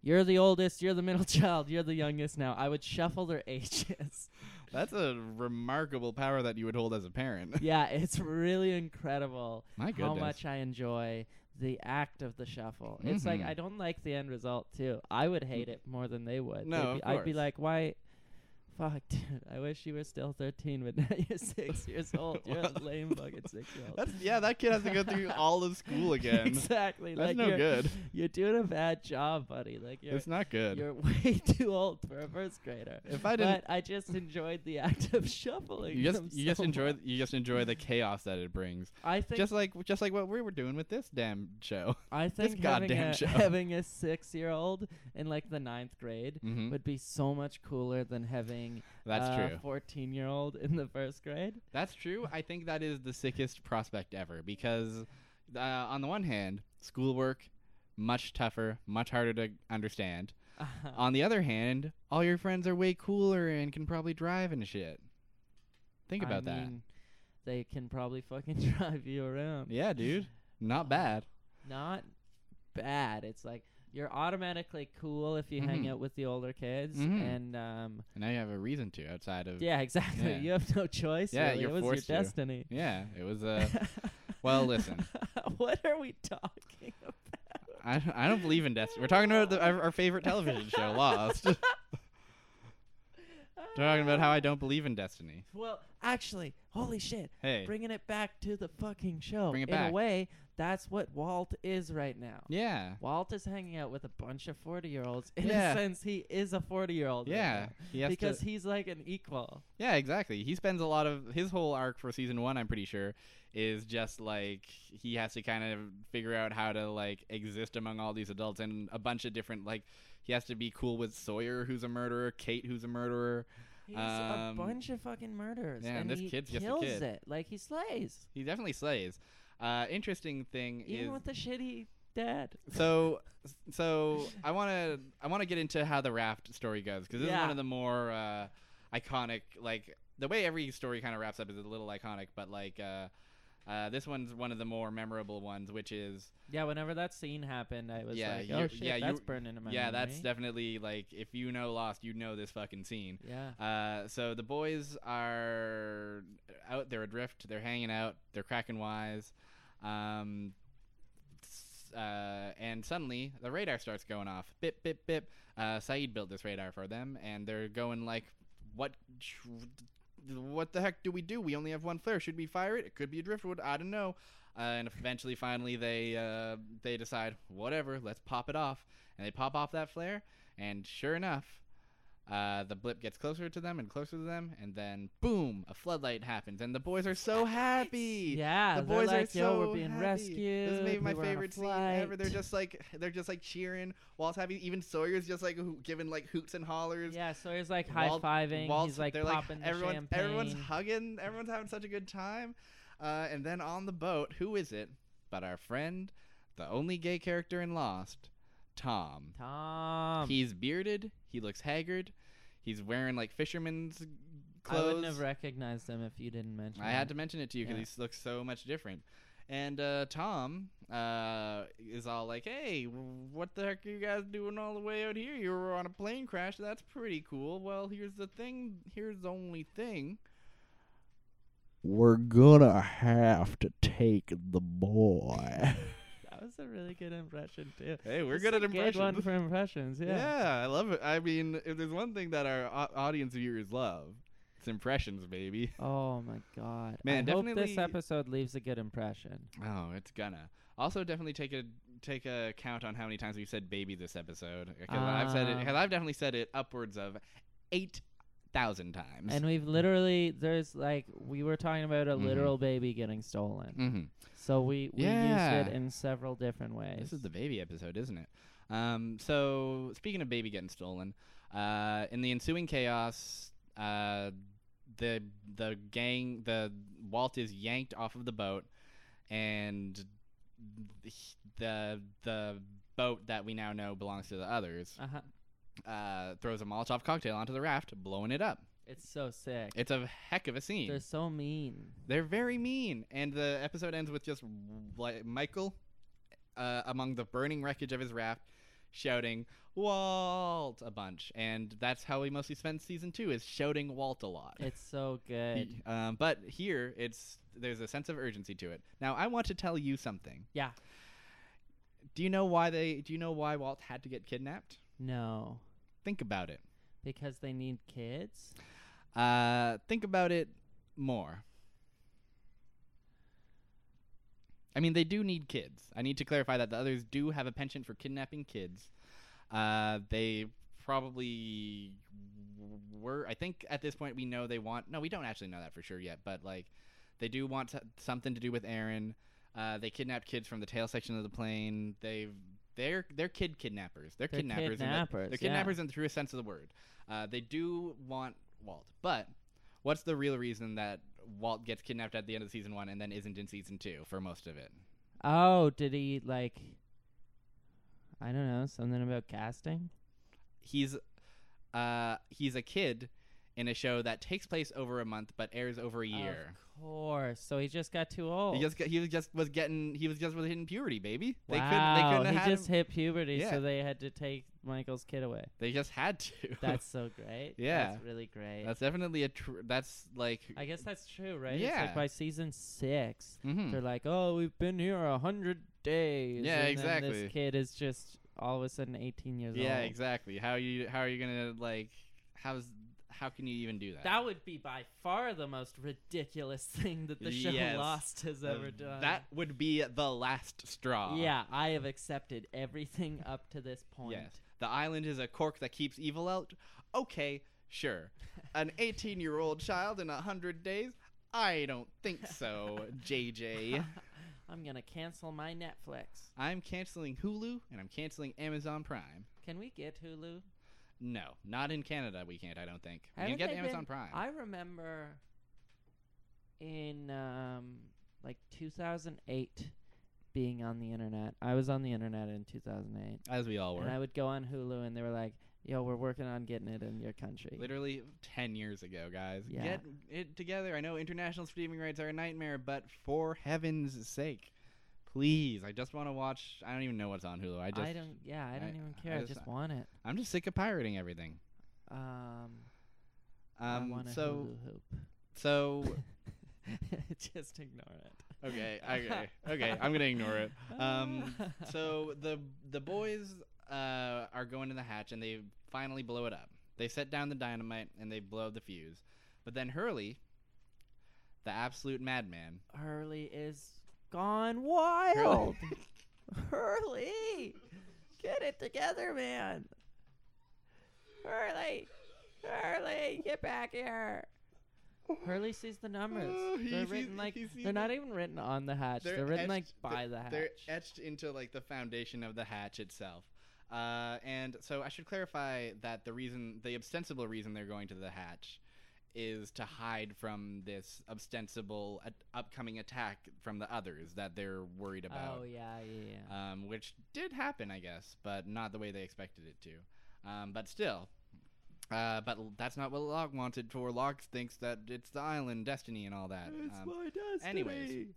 Speaker 2: "You're the oldest. You're the middle child. You're the youngest now." I would shuffle their <laughs> ages.
Speaker 1: That's a remarkable power that you would hold as a parent. <laughs>
Speaker 2: yeah, it's really incredible.
Speaker 1: My goodness.
Speaker 2: how much <laughs> I enjoy the act of the shuffle. It's like
Speaker 1: Mhm.
Speaker 2: I don't like the end result too. I would hate it more than they
Speaker 1: Mm.
Speaker 2: would.
Speaker 1: No,
Speaker 2: They'd be,
Speaker 1: of
Speaker 2: I'd be
Speaker 1: course.
Speaker 2: like, why? Fuck, <laughs> dude. I wish you were still thirteen, but now
Speaker 1: <laughs>
Speaker 2: you're six years old. You're a
Speaker 1: Well, <laughs>
Speaker 2: lame fucking six year old.
Speaker 1: That's, yeah, that kid has to go
Speaker 2: <laughs>
Speaker 1: through all of school again.
Speaker 2: exactly.
Speaker 1: That's
Speaker 2: like
Speaker 1: no
Speaker 2: you're,
Speaker 1: good.
Speaker 2: You're doing a bad job, buddy. Like you're
Speaker 1: It's not good.
Speaker 2: you're <laughs> way too old for a first grader.
Speaker 1: If I didn't,
Speaker 2: but I just enjoyed the act of shuffling.
Speaker 1: you just
Speaker 2: them
Speaker 1: you just
Speaker 2: so
Speaker 1: enjoy
Speaker 2: much.
Speaker 1: you just enjoy
Speaker 2: <laughs>
Speaker 1: the chaos that it brings.
Speaker 2: I think
Speaker 1: Just like just like what we were doing with this damn
Speaker 2: <laughs>
Speaker 1: show.
Speaker 2: I think having
Speaker 1: goddamn
Speaker 2: a,
Speaker 1: show.
Speaker 2: <laughs> having a six year old in like the ninth grade
Speaker 1: <laughs> Mm-hmm.
Speaker 2: would be so much cooler than having
Speaker 1: That's
Speaker 2: a
Speaker 1: true.
Speaker 2: fourteen year old in the first grade.
Speaker 1: <laughs> That's true. I think that is the sickest prospect ever because, uh, on the one hand, schoolwork much tougher, much harder to understand.
Speaker 2: Uh,
Speaker 1: On the other hand, all your friends are way cooler and can probably drive and shit. Think about
Speaker 2: I mean, They can probably fucking <laughs> drive you around.
Speaker 1: that. Yeah,
Speaker 2: <laughs>
Speaker 1: dude. Not bad.
Speaker 2: Not bad. It's like you're automatically cool if you hang
Speaker 1: Mhm.
Speaker 2: out with the older kids
Speaker 1: Mhm.
Speaker 2: and um
Speaker 1: And now you have a reason to outside of. Yeah,
Speaker 2: yeah, exactly.
Speaker 1: Yeah.
Speaker 2: You have no choice.
Speaker 1: Yeah,
Speaker 2: really.
Speaker 1: you're
Speaker 2: it was
Speaker 1: forced to.
Speaker 2: your destiny.
Speaker 1: it was
Speaker 2: <laughs>
Speaker 1: Uh, well, listen.
Speaker 2: what are we talking <laughs> about?
Speaker 1: I, I don't believe in destiny. We're talking about the, our, our favorite television
Speaker 2: <laughs>
Speaker 1: show, Lost. We're talking about how I don't believe in destiny.
Speaker 2: Well, actually, holy shit,
Speaker 1: Hey.
Speaker 2: bringing it back to the fucking show.
Speaker 1: Eh. Bring it
Speaker 2: In
Speaker 1: back.
Speaker 2: a way, that's what Walt is right now.
Speaker 1: Yeah.
Speaker 2: Walt is hanging out with a bunch of 40 year olds. In
Speaker 1: Yeah.
Speaker 2: a sense, he is a 40 year old.
Speaker 1: Yeah. He has to-
Speaker 2: because he's like an equal.
Speaker 1: Yeah, exactly. He spends a lot of his whole arc for season one. I'm pretty sure is just like he has to kind of figure out how to like exist among all these adults and a bunch of different like he has to be cool with Sawyer, who's a murderer, Kate, who's a murderer.
Speaker 2: He's a
Speaker 1: Um,
Speaker 2: bunch of fucking murderers.
Speaker 1: yeah, and
Speaker 2: and
Speaker 1: this
Speaker 2: he
Speaker 1: kid's just a
Speaker 2: kills
Speaker 1: kid.
Speaker 2: it. Like he slays,
Speaker 1: He definitely slays. Uh, interesting thing
Speaker 2: even
Speaker 1: is
Speaker 2: with the shitty dad.
Speaker 1: so so I want to I want to get into how the raft story goes because this is one
Speaker 2: Yeah.
Speaker 1: of the more uh, iconic like the way every story kind of wraps up is a little iconic but like uh, Uh, this one's one of the more memorable ones, which is
Speaker 2: Yeah, whenever that scene happened, I was
Speaker 1: Yeah,
Speaker 2: like,
Speaker 1: you're-
Speaker 2: oh shit,
Speaker 1: yeah,
Speaker 2: that's
Speaker 1: you-
Speaker 2: burned into my
Speaker 1: yeah, that's
Speaker 2: memory.
Speaker 1: definitely like if you know Lost, you know this fucking scene.
Speaker 2: yeah.
Speaker 1: Uh, so the boys are out. They're adrift. They're hanging out. They're cracking wise. Um, s- uh, and suddenly the radar starts going off. Bip bip bip. Uh, Saeed built this radar for them, and they're going like, "What? tr- What the heck do we do? We only have one flare. Should we fire it? It could be a driftwood. I don't know." Uh, and eventually, finally, they uh, they decide, whatever, let's pop it off. And they pop off that flare, and sure enough, uh, the blip gets closer to them and closer to them, and then boom, a floodlight happens, and the boys are so happy.
Speaker 2: Yeah,
Speaker 1: The
Speaker 2: they're
Speaker 1: boys
Speaker 2: like,
Speaker 1: are so
Speaker 2: yo, we're being
Speaker 1: happy.
Speaker 2: rescued.
Speaker 1: This is maybe my
Speaker 2: we were on a
Speaker 1: favorite scene ever. They're
Speaker 2: flight."
Speaker 1: just like they're just like cheering. Walt's happy. Even Sawyer's just like ho- giving like hoots and hollers.
Speaker 2: yeah. So he's like high
Speaker 1: Walt-
Speaker 2: fiving.
Speaker 1: Walt's-
Speaker 2: He's like
Speaker 1: they're
Speaker 2: popping the
Speaker 1: everyone's,
Speaker 2: champagne.
Speaker 1: Everyone's hugging. Everyone's having such a good time. Uh, and then on the boat, who is it but our friend, the only gay character in Lost, Tom.
Speaker 2: Tom.
Speaker 1: He's bearded. He looks haggard. He's wearing like fisherman's
Speaker 2: I
Speaker 1: clothes.
Speaker 2: wouldn't have recognized him if you didn't mention.
Speaker 1: I had
Speaker 2: that.
Speaker 1: to mention it to you because
Speaker 2: Yeah.
Speaker 1: he looks so much different. And uh, Tom uh, is all like, "Hey, what the heck are you guys doing all the way out here? You were on a plane crash. That's pretty cool. Well, here's the thing. Here's the only thing.
Speaker 3: We're gonna have to take the boy.
Speaker 2: That was a really good impression too.
Speaker 1: Hey, we're
Speaker 2: This
Speaker 1: good
Speaker 2: is
Speaker 1: at
Speaker 2: a Good one
Speaker 1: impressions. <laughs>
Speaker 2: for impressions. Yeah.
Speaker 1: yeah, I love it. I mean, if there's one thing that our au- audience viewers love, it's impressions, baby.
Speaker 2: Oh my god.
Speaker 1: Man,
Speaker 2: I hope this
Speaker 1: definitely-
Speaker 2: episode leaves a good impression.
Speaker 1: Oh, it's gonna. Also, definitely take a take a count on how many times we've said "baby" this episode. 'Cause I've said it.
Speaker 2: Ah.
Speaker 1: Because I've definitely said it upwards of eight thousand times.
Speaker 2: And we've literally there's like we were talking about a
Speaker 1: Mhm.
Speaker 2: literal baby getting stolen.
Speaker 1: hmm
Speaker 2: So we, we
Speaker 1: Yeah.
Speaker 2: used it in several different ways.
Speaker 1: This is the baby episode, isn't it? Um, so speaking of baby getting stolen, uh, in the ensuing chaos, uh, the the gang, the Walt is yanked off of the boat, and he- the the boat that we now know belongs to the others
Speaker 2: uh-huh.
Speaker 1: uh, throws a Molotov cocktail onto the raft, blowing it up.
Speaker 2: It's so sick.
Speaker 1: It's a heck of a scene.
Speaker 2: They're so mean.
Speaker 1: They're very mean, and the episode ends with just like Michael uh, among the burning wreckage of his raft shouting Walt a bunch, and that's how we mostly spend season two is shouting Walt a lot.
Speaker 2: It's so good.
Speaker 1: He- um, but here it's there's a sense of urgency to it. Now I want to tell you something.
Speaker 2: Yeah.
Speaker 1: Do you know why they? Do you know why Walt had to get kidnapped?
Speaker 2: No,
Speaker 1: Think about it.
Speaker 2: because they need kids.
Speaker 1: Uh, think about it more. I mean, they do need kids. I need to clarify that the others do have a penchant for kidnapping kids. Uh, they probably were. I think at this point we know they want. No, we don't actually know that for sure yet. But like, they do want so- something to do with Aaron. Uh, they kidnapped kids from the tail section of the plane. They've they're they're kid kidnappers. They're,
Speaker 2: They're
Speaker 1: kidnappers. in the-
Speaker 2: kidnappers,
Speaker 1: they're
Speaker 2: yeah.
Speaker 1: kidnappers in the truest sense of the word. Uh, they do want Walt, but what's the real reason that Walt gets kidnapped at the end of season one and then isn't in season two for most of it?
Speaker 2: Oh, did he like? I don't know something about casting.
Speaker 1: He's uh, he's a kid in a show that takes place over a month but airs over
Speaker 2: Oh,
Speaker 1: a year.
Speaker 2: Of course. So he just got too old.
Speaker 1: He just got- he was just was getting he was just was hitting puberty, baby. They couldn't they
Speaker 2: wow.
Speaker 1: couldn't have
Speaker 2: he
Speaker 1: had
Speaker 2: just
Speaker 1: him.
Speaker 2: hit puberty,
Speaker 1: Yeah.
Speaker 2: so they had to take Michael's kid away.
Speaker 1: <laughs> they just had to.
Speaker 2: <laughs> That's so great.
Speaker 1: Yeah.
Speaker 2: That's really great.
Speaker 1: <laughs> that's definitely a tr- that's like
Speaker 2: I guess that's true, right? It's
Speaker 1: Yeah.
Speaker 2: like by season six,
Speaker 1: mhm.
Speaker 2: they're like, "Oh, we've been here a hundred days."
Speaker 1: Yeah,
Speaker 2: and then
Speaker 1: exactly.
Speaker 2: this kid is just all of a sudden eighteen years
Speaker 1: Yeah,
Speaker 2: old.
Speaker 1: exactly. How you how are you gonna like how's how can you even do that?
Speaker 2: That would be by far the most ridiculous <laughs> thing that the show
Speaker 1: Yes.
Speaker 2: Lost has
Speaker 1: Uh,
Speaker 2: ever done.
Speaker 1: That uh, would be the last straw.
Speaker 2: yeah, I have accepted everything up to this point.
Speaker 1: Yes.
Speaker 2: <laughs>
Speaker 1: The island is a cork that keeps evil out. Okay,
Speaker 2: <laughs>
Speaker 1: sure. An 18 year old child in a 100 days? I don't think so,
Speaker 2: <laughs>
Speaker 1: JJ.
Speaker 2: I'm gonna cancel my Netflix.
Speaker 1: I'm canceling Hulu and I'm canceling Amazon Prime.
Speaker 2: Can we get Hulu?
Speaker 1: No, not in Canada, we can't, I don't think. We
Speaker 2: Haven't
Speaker 1: can get
Speaker 2: they
Speaker 1: Amazon
Speaker 2: been-
Speaker 1: Prime.
Speaker 2: I remember in um, like 2008 being on the internet. I was on the internet in 2008,
Speaker 1: As we all were.
Speaker 2: and I would go on Hulu, and they were like, yo, we're working on getting it in your country.
Speaker 1: Literally 10 years ago, guys.
Speaker 2: Yeah.
Speaker 1: Get it together. I know international streaming rights are a nightmare, but for heaven's sake, please. I just want to watch. I don't even know what's on Hulu. I
Speaker 2: I,
Speaker 1: just.
Speaker 2: don't. Yeah, I don't
Speaker 1: I-
Speaker 2: even
Speaker 1: I
Speaker 2: care. I just,
Speaker 1: just-
Speaker 2: want it.
Speaker 1: I'm just sick of pirating everything.
Speaker 2: Um, I
Speaker 1: Um,
Speaker 2: want a
Speaker 1: so,
Speaker 2: Hulu hoop.
Speaker 1: so,
Speaker 2: <laughs> just ignore it.
Speaker 1: okay, okay, okay. I'm going to ignore
Speaker 2: <laughs>
Speaker 1: it. Um,
Speaker 2: Ah.
Speaker 1: so the the boys uh, are going to the hatch and they finally blow it up. They set down the dynamite and they blow the fuse. But then Hurley, the absolute madman,
Speaker 2: Hurley is gone wild. <laughs> Hurley, get it together, man. Hurley, Hurley, get back here. Hurley sees the numbers.
Speaker 1: Oh, he
Speaker 2: they're
Speaker 1: sees-
Speaker 2: written like
Speaker 1: he sees
Speaker 2: they're not
Speaker 1: the-
Speaker 2: even written on the hatch. They're,
Speaker 1: They're
Speaker 2: written like
Speaker 1: etched-
Speaker 2: by the hatch.
Speaker 1: they're etched into like the foundation of the hatch itself. Uh, and so I should clarify that the reason, the ostensible reason they're going to the hatch, is to hide from this ostensible at- upcoming attack from the others that they're worried about.
Speaker 2: oh yeah, yeah, yeah.
Speaker 1: um, which did happen, I guess, but not the way they expected it to. Um, but still, uh, but l- that's not what Locke wanted. For Locke thinks that it's the island, destiny, and all that. Um,
Speaker 2: my destiny.
Speaker 1: anyways,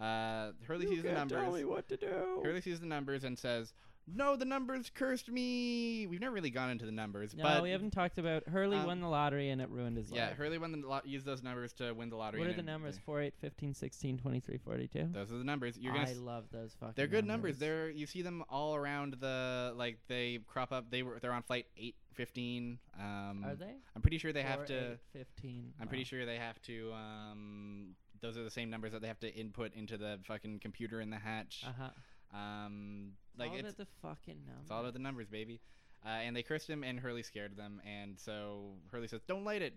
Speaker 1: uh, Hurley sees the numbers.
Speaker 2: what to do.
Speaker 1: Hurley sees the numbers and says, "No, the numbers cursed me." We've never really gone into the numbers,
Speaker 2: no,
Speaker 1: but
Speaker 2: we haven't talked about Hurley
Speaker 1: um,
Speaker 2: won the lottery and it ruined his
Speaker 1: yeah,
Speaker 2: life.
Speaker 1: Hurley won the lo- used those numbers to win the lottery.
Speaker 2: what are
Speaker 1: and
Speaker 2: the
Speaker 1: then-
Speaker 2: numbers? 4, 8, 15, 16, 23, 42?
Speaker 1: Those are the numbers. You're
Speaker 2: I
Speaker 1: gonna s-
Speaker 2: love those fucking
Speaker 1: They're good numbers. They're you see them all around the like they crop up. They were they're on flight eight fifteen. Um,
Speaker 2: Are they?
Speaker 1: I'm pretty sure they have
Speaker 2: Four,
Speaker 1: to.
Speaker 2: eight, 15.
Speaker 1: I'm pretty sure they have to. Um, those are the same numbers that they have to input into the fucking computer in the hatch.
Speaker 2: Uh-huh.
Speaker 1: Um, like
Speaker 2: Like all
Speaker 1: it's
Speaker 2: about the fucking number.
Speaker 1: it's all about the numbers, baby. Uh, and they cursed him, and Hurley scared them, and so Hurley says, "Don't light it."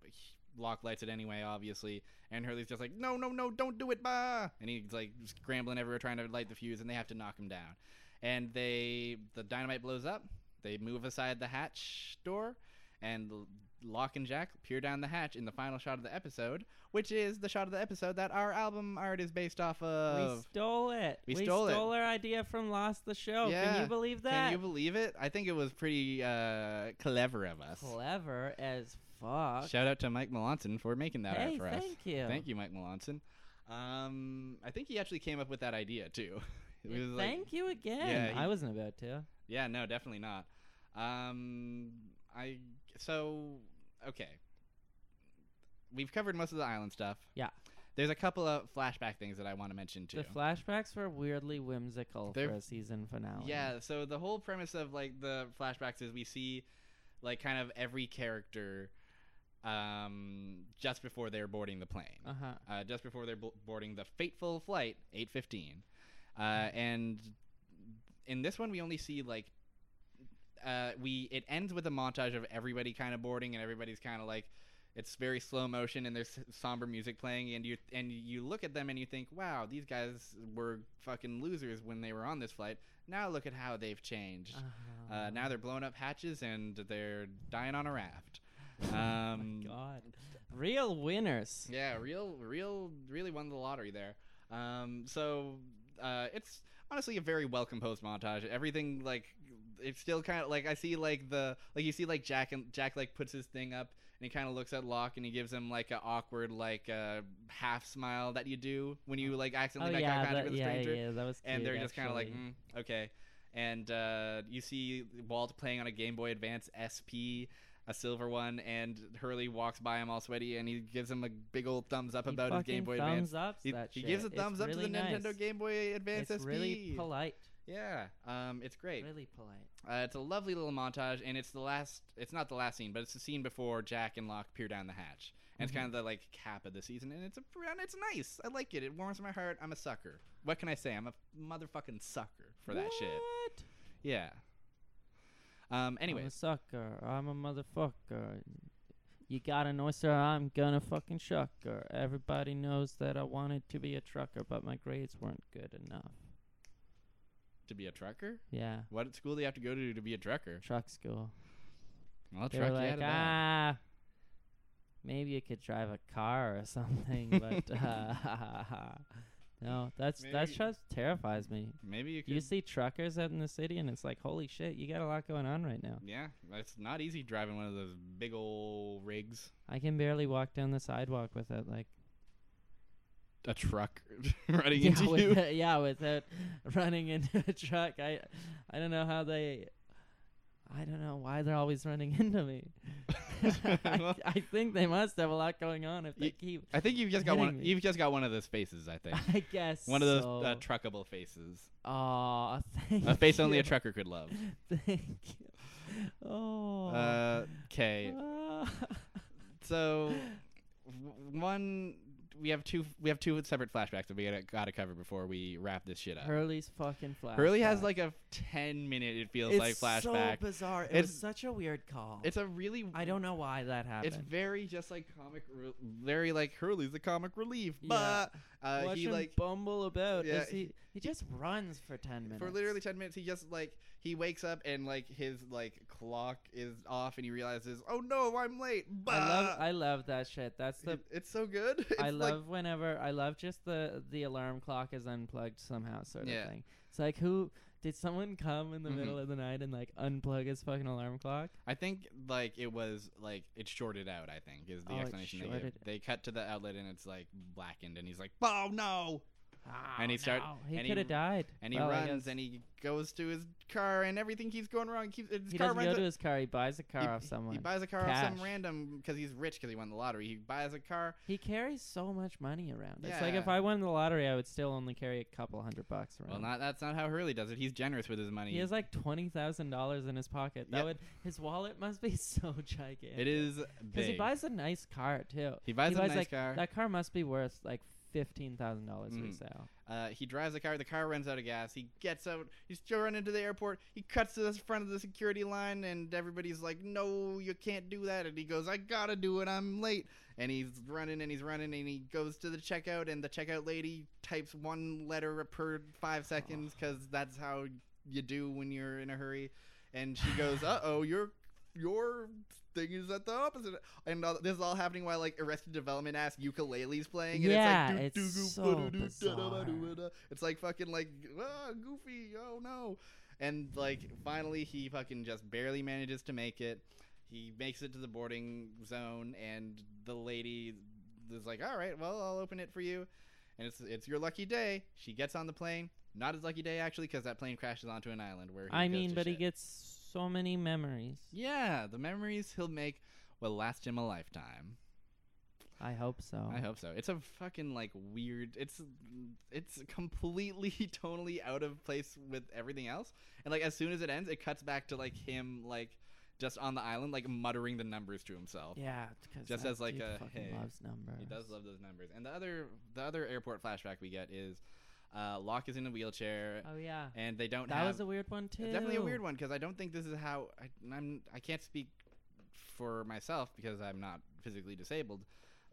Speaker 1: But he- Locke lights it anyway, obviously, and Hurley's just like, "No, no, no, don't do it, bah!" And he's like scrambling everywhere trying to light the fuse, and they have to knock him down. And they, the dynamite blows up. They move aside the hatch door, and L- Locke and Jack peer down the hatch in the final shot of the episode, which is the shot of the episode that our album art is based off
Speaker 2: we
Speaker 1: of.
Speaker 2: stole it.
Speaker 1: We stole it.
Speaker 2: our idea from Lost the Show. Can
Speaker 1: Yeah.
Speaker 2: you believe
Speaker 1: Can
Speaker 2: that?
Speaker 1: you believe it? I think it was pretty uh, clever of us.
Speaker 2: Clever as fuck.
Speaker 1: Shout out to Mike Melanson for making that
Speaker 2: hey,
Speaker 1: art for us.
Speaker 2: thank you.
Speaker 1: Thank you, Mike Melanson. Um, I think he actually came up with that idea too. <laughs> It was like-
Speaker 2: Thank you again.
Speaker 1: Yeah, he-
Speaker 2: I wasn't about to.
Speaker 1: yeah, no, definitely not. Um, I so okay. We've covered most of the island stuff.
Speaker 2: Yeah.
Speaker 1: There's a couple of flashback things that I want to mention too.
Speaker 2: The flashbacks were weirdly whimsical
Speaker 1: They're-
Speaker 2: for a season finale.
Speaker 1: Yeah, so the whole premise of like the flashbacks is we see like kind of every character um just before they're boarding the plane.
Speaker 2: Uh huh.
Speaker 1: Uh, just before they're bo- boarding the fateful flight 815. Uh and in this one we only see like uh we it ends with a montage of everybody kind of boarding and everybody's kind of like it's very slow motion and there's somber music playing and you and you look at them and you think wow these guys were fucking losers when they were on this flight now look at how they've changed
Speaker 2: Uh-huh.
Speaker 1: uh,
Speaker 2: <laughs>
Speaker 1: now they're blowing up hatches and they're dying on a raft um,
Speaker 2: Oh God. Real winners.
Speaker 1: yeah real real really won the lottery there um, so uh, it's honestly a very well composed montage everything like it's still kind of like i see like the like you see like jack and jack like puts his thing up and he kind of looks at Locke and he gives him like an awkward like uh, half smile that you do when you like
Speaker 2: Oh,
Speaker 1: accidentally make eye
Speaker 2: yeah,
Speaker 1: contact
Speaker 2: that,
Speaker 1: with a
Speaker 2: yeah,
Speaker 1: stranger
Speaker 2: yeah, that was
Speaker 1: and they're
Speaker 2: cute,
Speaker 1: just kind of like,
Speaker 2: actually.
Speaker 1: mm, okay. And uh, you see Walt playing on a Game Boy Advance SP, a silver one, and Hurley walks by him all sweaty, and he gives him a big old thumbs up
Speaker 2: He
Speaker 1: about his Game
Speaker 2: fucking
Speaker 1: Boy
Speaker 2: thumbs
Speaker 1: Advance.
Speaker 2: ups
Speaker 1: He,
Speaker 2: that
Speaker 1: he
Speaker 2: shit.
Speaker 1: gives a
Speaker 2: It's
Speaker 1: thumbs up
Speaker 2: really
Speaker 1: to the
Speaker 2: nice.
Speaker 1: Nintendo Game Boy Advance
Speaker 2: It's
Speaker 1: SP.
Speaker 2: really polite.
Speaker 1: yeah, um, it's great.
Speaker 2: Really polite.
Speaker 1: Uh, it's a lovely little montage, and it's the last. It's not the last scene, but it's the scene before Jack and Locke peer down the hatch, and
Speaker 2: Mhm.
Speaker 1: it's kind of the like cap of the season, and it's a, and it's nice. I like it. It warms my heart. I'm a sucker. What can I say? I'm a motherfucking sucker for that shit.
Speaker 2: What?
Speaker 1: Yeah. Um.
Speaker 2: I'm a
Speaker 1: Anyways,
Speaker 2: sucker. I'm a motherfucker. You got an oyster, I'm gonna fucking shuck her. Everybody knows that I wanted to be a trucker, but my grades weren't good enough.
Speaker 1: to be a trucker,
Speaker 2: Yeah,
Speaker 1: what school do you have to go to to be a trucker?
Speaker 2: truck school.
Speaker 1: I'll
Speaker 2: They
Speaker 1: truck
Speaker 2: were
Speaker 1: you out
Speaker 2: like,
Speaker 1: of that.
Speaker 2: ah, <laughs>
Speaker 1: <laughs>
Speaker 2: maybe you could drive a car or something, but uh, <laughs> No, that's that
Speaker 1: Maybe-
Speaker 2: just terrifies me.
Speaker 1: Maybe you could.
Speaker 2: "Ah, You see truckers out in the city, and it's like, holy shit, you got a lot going on right now.
Speaker 1: <laughs> yeah, it's not easy driving one of those big old rigs.
Speaker 2: I can barely walk down the sidewalk without like <laughs>
Speaker 1: A truck <laughs> running
Speaker 2: yeah,
Speaker 1: into you.
Speaker 2: with- yeah, without <laughs> running into a truck. I I don't know how they. I don't know why they're always running <laughs> into
Speaker 1: <laughs>
Speaker 2: me. I,
Speaker 1: Well-
Speaker 2: <laughs> I think they must have a lot going on if they
Speaker 1: Ye- <laughs>
Speaker 2: keep.
Speaker 1: I think you've just got one.
Speaker 2: Hitting me.
Speaker 1: You've just got one of those faces. I
Speaker 2: <laughs>
Speaker 1: think
Speaker 2: I guess
Speaker 1: one of those
Speaker 2: So.
Speaker 1: uh, truckable faces.
Speaker 2: Aw, <laughs> thank
Speaker 1: A face only
Speaker 2: you.
Speaker 1: a trucker could
Speaker 2: <laughs>
Speaker 1: love.
Speaker 2: Thank you. Oh.
Speaker 1: Uh,
Speaker 2: <laughs>
Speaker 1: Okay,
Speaker 2: Ah.
Speaker 1: so w- one we have two we have two separate flashbacks that we gotta, gotta cover before we wrap this shit up.
Speaker 2: Hurley's fucking flash.
Speaker 1: Hurley has like a ten minute it feels
Speaker 2: it's
Speaker 1: like flashback.
Speaker 2: so bizarre. It
Speaker 1: It's-
Speaker 2: was such a weird call.
Speaker 1: it's a really
Speaker 2: I don't know why that happened.
Speaker 1: It's very just like comic, re- very like Hurley's the comic relief,
Speaker 2: Yeah.
Speaker 1: but uh,
Speaker 2: Watch
Speaker 1: he
Speaker 2: him
Speaker 1: like
Speaker 2: bumble about.
Speaker 1: Yeah,
Speaker 2: as he, he just runs for ten minutes.
Speaker 1: for literally 10 minutes he just like he wakes up and like his like clock is off and he realizes oh no i'm late but
Speaker 2: I love I love that shit. That's the
Speaker 1: it's so good <laughs> it's
Speaker 2: I
Speaker 1: like-
Speaker 2: love whenever I love just the the alarm clock is unplugged somehow sort
Speaker 1: Yeah.
Speaker 2: of thing. It's like who did someone come in the
Speaker 1: Mhm.
Speaker 2: middle of the night and like unplug his fucking alarm clock?
Speaker 1: i think like it was like it shorted out i think is the
Speaker 2: Oh, it
Speaker 1: explanation they, give.
Speaker 2: shorted-
Speaker 1: they cut to the outlet and it's like blackened and he's like oh no And he start-
Speaker 2: no, he
Speaker 1: and he
Speaker 2: could have died.
Speaker 1: and he
Speaker 2: Well,
Speaker 1: runs
Speaker 2: I guess
Speaker 1: and he goes to his car and everything keeps going wrong keeps his
Speaker 2: he
Speaker 1: car
Speaker 2: doesn't
Speaker 1: runs
Speaker 2: go
Speaker 1: o-
Speaker 2: to his car. He buys a car
Speaker 1: he,
Speaker 2: off
Speaker 1: he-
Speaker 2: someone.
Speaker 1: he
Speaker 2: He,
Speaker 1: buys a car off some
Speaker 2: Cash.
Speaker 1: random because he's rich because he won the lottery he buys a car
Speaker 2: carries so much money around. It's like if
Speaker 1: Yeah.
Speaker 2: I won the lottery, I would still only carry a couple hundred bucks around.
Speaker 1: well not that's not how hurley does it he's generous with his money
Speaker 2: He has like twenty thousand dollars in his pocket. That
Speaker 1: Yep.
Speaker 2: would his wallet must be <laughs> so gigantic.
Speaker 1: it is big
Speaker 2: because he buys a nice car too.
Speaker 1: He buys
Speaker 2: he
Speaker 1: a
Speaker 2: buys
Speaker 1: nice
Speaker 2: like
Speaker 1: car.
Speaker 2: that car must be worth like fifteen thousand dollars
Speaker 1: Mhm.
Speaker 2: resale.
Speaker 1: Uh, he drives the car. The car runs out of gas. He gets out. He's still running to the airport. He cuts to the front of the security line, and everybody's like, "No, you can't do that." And he goes, "I gotta do it. I'm late." And he's running and he's running and he goes to the checkout, and the checkout lady types one letter per five seconds
Speaker 2: Oh.
Speaker 1: because that's how you do when you're in a hurry. And she
Speaker 2: <laughs>
Speaker 1: goes, "Uh oh, your Your thing is at the opposite, and all, this is all happening while like Arrested Development ass ukuleles playing. And
Speaker 2: Yeah,
Speaker 1: it's like, "Doo,
Speaker 2: it's
Speaker 1: doo, goo,
Speaker 2: so
Speaker 1: ba, doo, doo, da, da, da, doo,
Speaker 2: bizarre.
Speaker 1: da, da." It's like fucking like ah, goofy. Oh no! And like finally, he fucking just barely manages to make it. He makes it to the boarding zone, and the lady is like, "All right, well, I'll open it for you." And it's it's your lucky day. She gets on the plane. Not his lucky day actually, because that plane crashes onto an island where he
Speaker 2: I
Speaker 1: goes
Speaker 2: mean,
Speaker 1: to
Speaker 2: but he
Speaker 1: shit.
Speaker 2: gets so many memories.
Speaker 1: yeah the memories he'll make will last him a lifetime.
Speaker 2: I hope so.
Speaker 1: I hope so. It's a fucking like weird. It's it's completely <laughs> totally out of place with everything else. And like as soon as it ends, it cuts back to like him like just on the island like muttering the numbers to himself.
Speaker 2: Yeah, 'cause
Speaker 1: Just
Speaker 2: that
Speaker 1: as, like,
Speaker 2: dude
Speaker 1: a,
Speaker 2: fucking
Speaker 1: hey,
Speaker 2: loves numbers.
Speaker 1: He does love those numbers. And the other the other airport flashback we get is uh Locke is in a wheelchair
Speaker 2: Oh yeah,
Speaker 1: and they don't
Speaker 2: that
Speaker 1: have
Speaker 2: was a weird one too.
Speaker 1: it's definitely a weird one because I don't think this is how I, I'm. I can't speak for myself because I'm not physically disabled,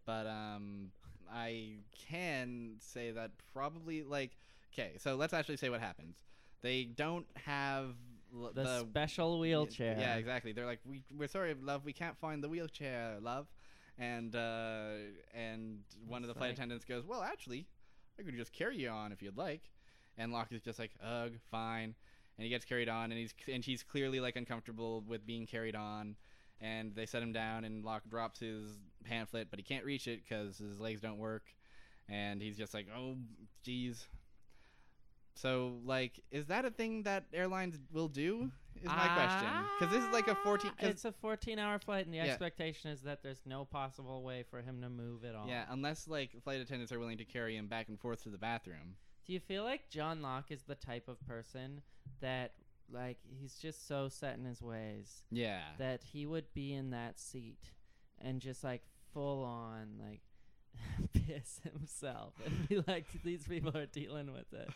Speaker 1: but um, I can say that probably like okay. So let's actually say what happens. They don't have l-
Speaker 2: The, special wheelchair.
Speaker 1: yeah, exactly. They're like, we, we're sorry, love, we can't find the wheelchair, love. And uh, and one of the
Speaker 2: It's
Speaker 1: flight
Speaker 2: like-
Speaker 1: attendants goes, well, actually, I could just carry you on if you'd like. And Locke is just like, ugh, fine. And he gets carried on, and he's and she's clearly like uncomfortable with being carried on. And they set him down, and Locke drops his pamphlet, but he can't reach it because his legs don't work. And he's just like, oh, geez. So, like, is that a thing that airlines will do? Is my question because this is like a fourteen.
Speaker 2: Ah,
Speaker 1: 'cause-
Speaker 2: It's a fourteen-hour flight, and the
Speaker 1: Yeah.
Speaker 2: expectation is that there's no possible way for him to move at all.
Speaker 1: yeah, unless like flight attendants are willing to carry him back and forth to the bathroom.
Speaker 2: Do you feel like John Locke is the type of person that, like, he's just so set in his ways
Speaker 1: Yeah, <laughs>
Speaker 2: that he would be in that seat and just like full on like <laughs> piss himself and be like, these people are dealing with it.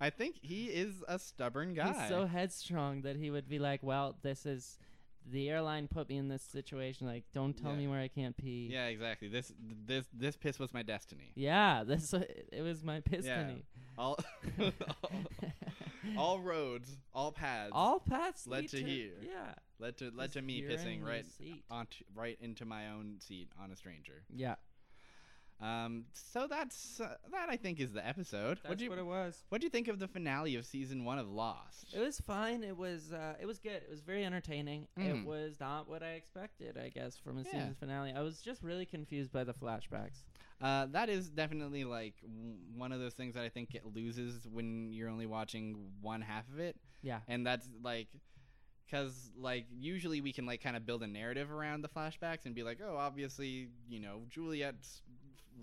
Speaker 1: I think he is a stubborn guy.
Speaker 2: He's so headstrong that he would be like, well, this is the airline put me in this situation. Like, don't tell
Speaker 1: Yeah.
Speaker 2: me where I can't pee.
Speaker 1: yeah, exactly. This this this piss was my destiny.
Speaker 2: Yeah, this it was my pistony. <laughs>
Speaker 1: All all, <laughs> all roads, all paths
Speaker 2: all paths
Speaker 1: led
Speaker 2: lead
Speaker 1: to here.
Speaker 2: Yeah,
Speaker 1: led to led
Speaker 2: just
Speaker 1: to me
Speaker 2: urine in
Speaker 1: pissing
Speaker 2: your
Speaker 1: right
Speaker 2: seat.
Speaker 1: onto right into my own seat on a stranger.
Speaker 2: Yeah,
Speaker 1: Um, so that's uh, that. I think is the episode.
Speaker 2: That's
Speaker 1: What do you
Speaker 2: what it was.
Speaker 1: What do you think of the finale of season one of Lost?
Speaker 2: It was fine. It was uh, it was good. It was very entertaining.
Speaker 1: Mhm.
Speaker 2: It was not what I expected, I guess, from a
Speaker 1: Yeah.
Speaker 2: season finale. I was just really confused by the flashbacks.
Speaker 1: Uh, that is definitely like w- one of those things that I think it loses when you're only watching one half of it,
Speaker 2: Yeah.
Speaker 1: and that's like. Cause like usually we can like kind of build a narrative around the flashbacks and be like, oh, obviously you know Juliet's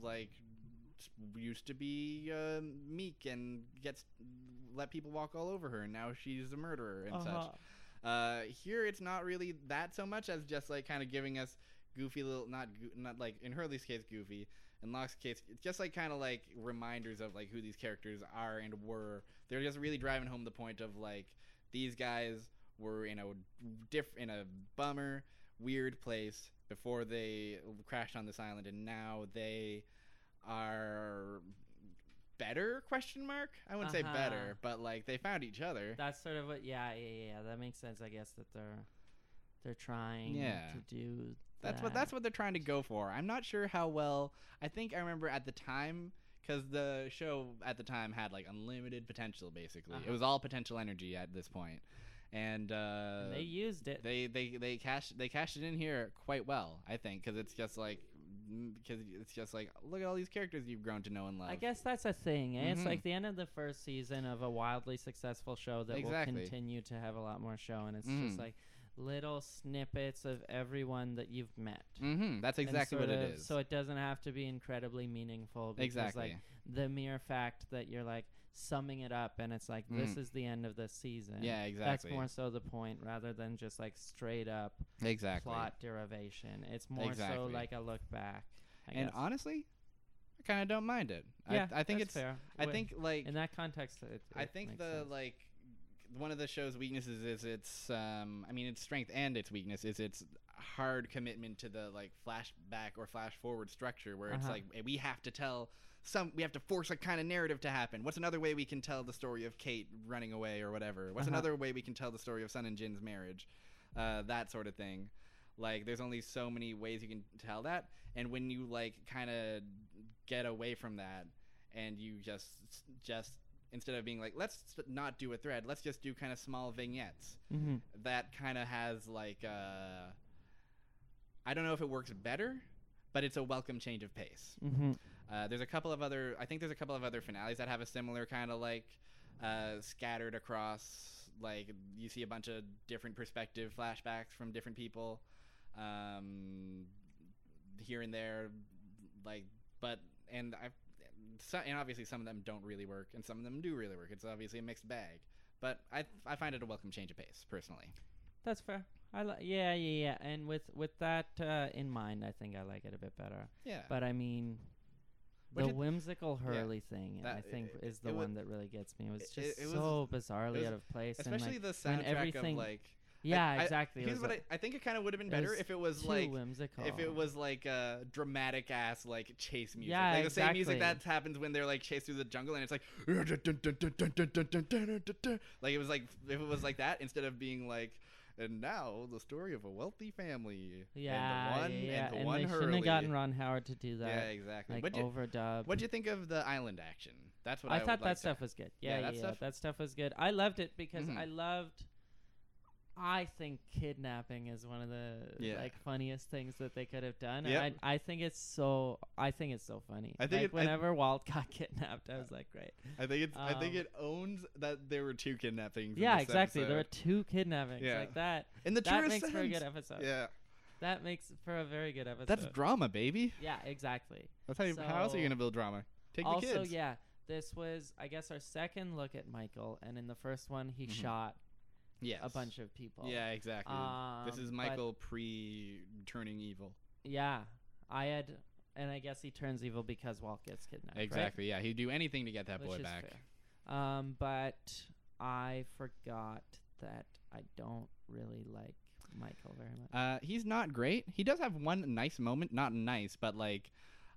Speaker 1: like s- used to be uh, meek and gets let people walk all over her, and now she's a murderer and
Speaker 2: Uh-huh.
Speaker 1: such. Uh, here it's not really that so much as just like kind of giving us goofy little not goo- not like in Hurley's case goofy in Locke's case it's just like kind of like reminders of like who these characters are and were they're just really driving home the point of like these guys were in a diff in a bummer weird place before they crashed on this island and now they are better question mark I wouldn't say
Speaker 2: Uh-huh.
Speaker 1: better but like they found each other
Speaker 2: That's sort of what. Yeah, yeah, yeah, yeah. That makes sense. I guess that they're they're trying
Speaker 1: Yeah.
Speaker 2: to do.
Speaker 1: That's what
Speaker 2: that.
Speaker 1: that's what they're trying to go for. I'm not sure how well. I think I remember at the time because the show at the time had like unlimited potential. Basically, it
Speaker 2: Uh-huh.
Speaker 1: was all potential energy at this point, and, uh,
Speaker 2: And they used it.
Speaker 1: they they they cashed they cashed it in here quite well. I think because it's just like because it's just like look at all these characters you've grown to know and love.
Speaker 2: I guess that's a thing. Eh? It's
Speaker 1: Mhm.
Speaker 2: like the end of the first season of a wildly successful show that
Speaker 1: Exactly.
Speaker 2: will continue to have a lot more show, and it's
Speaker 1: Mm.
Speaker 2: just like little snippets of everyone that you've met.
Speaker 1: hmm That's
Speaker 2: and
Speaker 1: exactly what
Speaker 2: sort
Speaker 1: it
Speaker 2: of-
Speaker 1: is.
Speaker 2: So it doesn't have to be incredibly meaningful. Because,
Speaker 1: exactly.
Speaker 2: Like, the mere fact that you're like summing it up, and it's like
Speaker 1: Mm.
Speaker 2: this is the end of the season.
Speaker 1: yeah.
Speaker 2: That's
Speaker 1: Exactly.
Speaker 2: more so the point rather than just like straight up
Speaker 1: exactly.
Speaker 2: plot derivation. It's more so
Speaker 1: Exactly.
Speaker 2: like a look back. I
Speaker 1: and
Speaker 2: guess.
Speaker 1: honestly, I kind of don't mind it.
Speaker 2: yeah,
Speaker 1: I, I think
Speaker 2: that's
Speaker 1: it's.
Speaker 2: fair.
Speaker 1: I
Speaker 2: Wait,
Speaker 1: think like
Speaker 2: in that context, it,
Speaker 1: I
Speaker 2: it
Speaker 1: think
Speaker 2: makes
Speaker 1: the
Speaker 2: sense.
Speaker 1: like one of the show's weaknesses is its um I mean its strength and its weakness is its hard commitment to the like flashback or flash forward structure where it's
Speaker 2: Uh-huh.
Speaker 1: like eh, we have to tell some we have to force a kind of narrative to happen. What's another way we can tell the story of Kate running away or whatever? What's
Speaker 2: Uh-huh.
Speaker 1: another way we can tell the story of Sun and Jin's marriage? Uh, that sort of thing. Like there's only so many ways you can tell that and when you like kind of get away from that and you just just instead of being like let's not do a thread let's just do kind of small vignettes
Speaker 2: Mhm.
Speaker 1: that kind of has like uh i don't know if it works better but it's a welcome change of pace
Speaker 2: Mhm.
Speaker 1: uh, there's a couple of other i think there's a couple of other finales that have a similar kind of like uh, scattered across like you see a bunch of different perspective flashbacks from different people um, here and there like but and i so, and obviously some of them don't really work and some of them do really work it's obviously a mixed bag but i i find it a welcome change of pace personally
Speaker 2: That's fair. I li- yeah, yeah, yeah. And with with that uh, in mind, I think I like it a bit better.
Speaker 1: yeah
Speaker 2: But I mean,
Speaker 1: What
Speaker 2: the
Speaker 1: did-
Speaker 2: whimsical
Speaker 1: yeah,
Speaker 2: Hurley thing,
Speaker 1: that-
Speaker 2: I think,
Speaker 1: it-
Speaker 2: is the
Speaker 1: it wa-
Speaker 2: one that really gets me. It was
Speaker 1: it-
Speaker 2: just
Speaker 1: it was-
Speaker 2: so bizarrely
Speaker 1: was-
Speaker 2: out of place.
Speaker 1: especially
Speaker 2: and like,
Speaker 1: the
Speaker 2: when
Speaker 1: soundtrack of
Speaker 2: everything-
Speaker 1: like
Speaker 2: yeah,
Speaker 1: I-
Speaker 2: exactly. it
Speaker 1: here's
Speaker 2: was
Speaker 1: what
Speaker 2: a-
Speaker 1: I, I think it kind of would have been
Speaker 2: it
Speaker 1: better
Speaker 2: was
Speaker 1: if it was
Speaker 2: too
Speaker 1: like
Speaker 2: whimsical.
Speaker 1: if it was like uh, dramatic ass like chase music,
Speaker 2: Yeah,
Speaker 1: like the same music that
Speaker 2: exactly.
Speaker 1: happens when they're like chased through the jungle, and it's like like it was like if it was like that instead of being like. And now the story of a wealthy family.
Speaker 2: yeah,
Speaker 1: and the one
Speaker 2: yeah, yeah.
Speaker 1: and the one
Speaker 2: they shouldn't
Speaker 1: Hurley.
Speaker 2: have gotten Ron Howard to do
Speaker 1: Yeah,
Speaker 2: that.
Speaker 1: exactly.
Speaker 2: Like
Speaker 1: what'd you
Speaker 2: overdub.
Speaker 1: what'd you think of the island action? That's what I,
Speaker 2: I
Speaker 1: would
Speaker 2: thought
Speaker 1: like
Speaker 2: that
Speaker 1: to-
Speaker 2: stuff was good.
Speaker 1: Yeah,
Speaker 2: Yeah, yeah,
Speaker 1: that
Speaker 2: yeah,
Speaker 1: stuff-
Speaker 2: that stuff was good. I loved it because
Speaker 1: Mhm.
Speaker 2: I loved. I think kidnapping is one of the
Speaker 1: Yeah.
Speaker 2: like funniest things that they could have done.
Speaker 1: Yep.
Speaker 2: I I think it's so I think it's so funny.
Speaker 1: I think
Speaker 2: like
Speaker 1: it- I-
Speaker 2: whenever Walt <laughs> got kidnapped, I was like, great.
Speaker 1: I think it's. I think
Speaker 2: Um,
Speaker 1: it owns that there were two kidnappings. in
Speaker 2: Yeah,
Speaker 1: this
Speaker 2: exactly. There were
Speaker 1: episode.
Speaker 2: two kidnappings
Speaker 1: Yeah.
Speaker 2: like that.
Speaker 1: in the
Speaker 2: That
Speaker 1: truest
Speaker 2: makes for a good
Speaker 1: sense.
Speaker 2: episode.
Speaker 1: Yeah,
Speaker 2: That makes for a very good episode.
Speaker 1: that's drama, baby.
Speaker 2: yeah, exactly.
Speaker 1: That's how. You, how else are you
Speaker 2: So-
Speaker 1: gonna build drama? Take
Speaker 2: also,
Speaker 1: the kids.
Speaker 2: yeah, this was I guess our second look at Michael, and in the first one he
Speaker 1: Mhm.
Speaker 2: shot
Speaker 1: Yes.
Speaker 2: a bunch of people.
Speaker 1: Yeah, exactly. this
Speaker 2: Um,
Speaker 1: is
Speaker 2: but-
Speaker 1: Michael pre turning evil.
Speaker 2: Yeah, I had, and I guess he turns evil because Walt gets kidnapped. right?
Speaker 1: Exactly. Yeah, he'd do anything to get that
Speaker 2: Which
Speaker 1: boy
Speaker 2: is
Speaker 1: back.
Speaker 2: fair. Um, but I forgot that I don't really like Michael very much.
Speaker 1: Uh, he's not great. He does have one nice moment, not nice, but like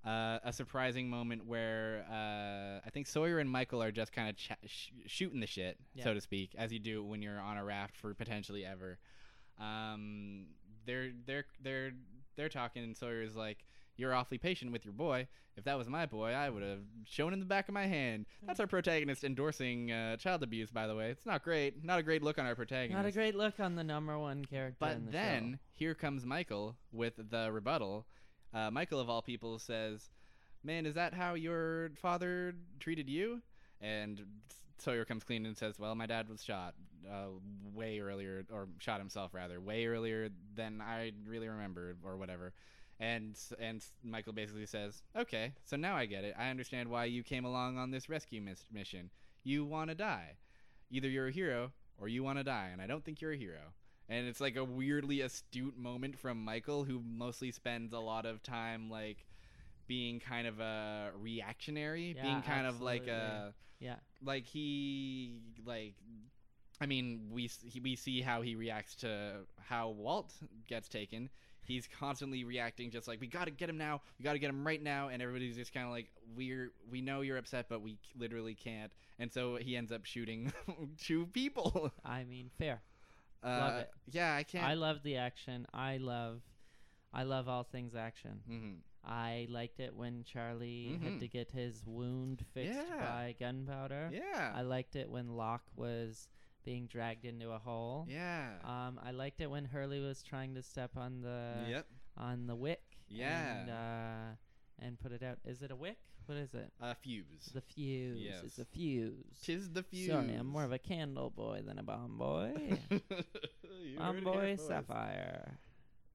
Speaker 1: uh, a surprising moment where uh, I think Sawyer and Michael are just kind of ch- sh- shooting the shit, so
Speaker 2: Yeah.
Speaker 1: to speak, as you do when you're on a raft for potentially ever. Um, they're they're they're they're talking, and Sawyer's like, You're awfully patient with your boy. If that was my boy, I would have shown him the back of my hand.
Speaker 2: Mm.
Speaker 1: That's our protagonist endorsing uh, child abuse, by the way. It's not great. Not a great look on our protagonist.
Speaker 2: Not a great look on the number one character. in
Speaker 1: But
Speaker 2: the
Speaker 1: then here comes Michael with the rebuttal. Uh, Michael, of all people, says, "Man, is that how your father treated you?" And Sawyer comes clean and says, "Well, my dad was shot uh, way earlier, or shot himself rather, way earlier than I really remember, or whatever." And and Michael basically says, "Okay, so now I get it. I understand why you came along on this rescue mis- mission. You want to die. Either you're a hero or you want to die, and I don't think you're a hero." and it's like a weirdly astute moment from Michael, who mostly spends a lot of time like being kind of a reactionary,
Speaker 2: Yeah,
Speaker 1: being kind of like a
Speaker 2: absolutely. Yeah.
Speaker 1: like he like. I mean, we s- he, we see how he reacts to how Walt gets taken. He's <laughs> constantly reacting, just like we got to get him now, we got to get him right now, and everybody's just kind of like, we're we know you're upset, but we c- literally can't. And so he ends up shooting <laughs> two people.
Speaker 2: I mean, fair.
Speaker 1: Uh,
Speaker 2: Love it.
Speaker 1: Yeah, I can't.
Speaker 2: I love the action. I love, I love all things action.
Speaker 1: <laughs> Mhm.
Speaker 2: I liked it when Charlie
Speaker 1: Mhm.
Speaker 2: had to get his wound fixed
Speaker 1: Yeah.
Speaker 2: by gunpowder.
Speaker 1: Yeah.
Speaker 2: I liked it when Locke was being dragged into a hole.
Speaker 1: yeah.
Speaker 2: Um, I liked it when Hurley was trying to step on the
Speaker 1: yep.
Speaker 2: on the wick. And,
Speaker 1: Yeah.
Speaker 2: uh, and put it out. Is it a wick? What is it?
Speaker 1: Uh, fuse.
Speaker 2: The fuse. It's a
Speaker 1: Yes.
Speaker 2: fuse.
Speaker 1: Tis the fuse.
Speaker 2: Sorry,
Speaker 1: <laughs>
Speaker 2: I'm more of a candle boy than a bomb boy.
Speaker 1: You heard it
Speaker 2: bomb
Speaker 1: here
Speaker 2: boy
Speaker 1: first.
Speaker 2: sapphire.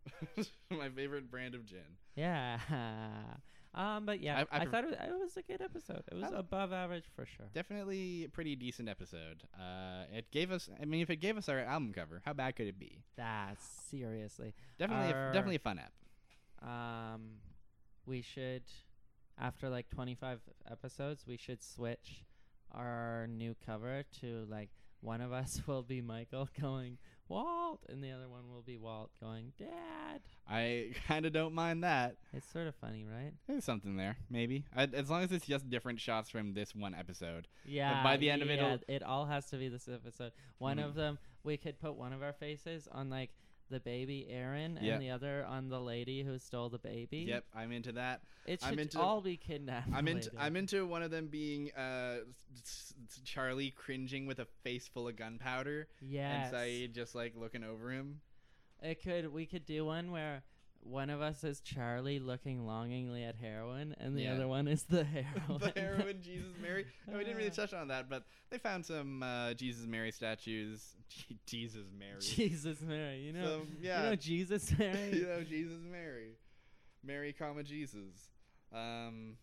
Speaker 1: <laughs> My favorite brand of gin.
Speaker 2: Yeah. <laughs> Um, but yeah,
Speaker 1: I-
Speaker 2: I,
Speaker 1: I pref-
Speaker 2: thought it was, it was a good episode. It was
Speaker 1: was-
Speaker 2: above average for sure.
Speaker 1: Definitely a pretty decent episode. Uh, it gave us. I mean, if it gave us our album cover, how bad could it be?
Speaker 2: That's seriously.
Speaker 1: Definitely, a,
Speaker 2: Our-
Speaker 1: definitely a fun app.
Speaker 2: Um, we should, after like 25 episodes, we should switch our new cover to like one of us <laughs> will be Michael going Walt, and the other one will be Walt going Dad.
Speaker 1: I <laughs> kind of don't mind that.
Speaker 2: It's sort of funny, right?
Speaker 1: There's something there, maybe. I, as long as it's just different shots from this one episode.
Speaker 2: Yeah.
Speaker 1: by the end of it,
Speaker 2: yeah,
Speaker 1: it'll-
Speaker 2: it all has to be this episode. One
Speaker 1: Mhm.
Speaker 2: of them, we could put one of our faces on like the baby Aaron,
Speaker 1: Yep.
Speaker 2: and the other on the lady who stole the baby.
Speaker 1: Yep, I'm into that.
Speaker 2: It
Speaker 1: I'm
Speaker 2: should
Speaker 1: into-
Speaker 2: all be kidnapped.
Speaker 1: I'm into I'm into one of them being uh, s- s- Charlie cringing with a face full of gunpowder
Speaker 2: Yes.
Speaker 1: and Saeed just like looking over
Speaker 2: <laughs>
Speaker 1: him. <laughs>
Speaker 2: It could. We could do one where one of us is Charlie looking longingly at heroin, and the
Speaker 1: Yeah.
Speaker 2: other one is the <laughs> heroin.
Speaker 1: the heroin Jesus Mary. No, we didn't
Speaker 2: <laughs>
Speaker 1: really
Speaker 2: Ah.
Speaker 1: touch on that, but they found some uh, Jesus Mary statues. <laughs> Je- Jesus Mary.
Speaker 2: <laughs> <laughs> Jesus Mary. You know.
Speaker 1: Some-
Speaker 2: You
Speaker 1: yeah.
Speaker 2: know Jesus Mary.
Speaker 1: <laughs> you know Jesus Mary, Mary comma Jesus. Um,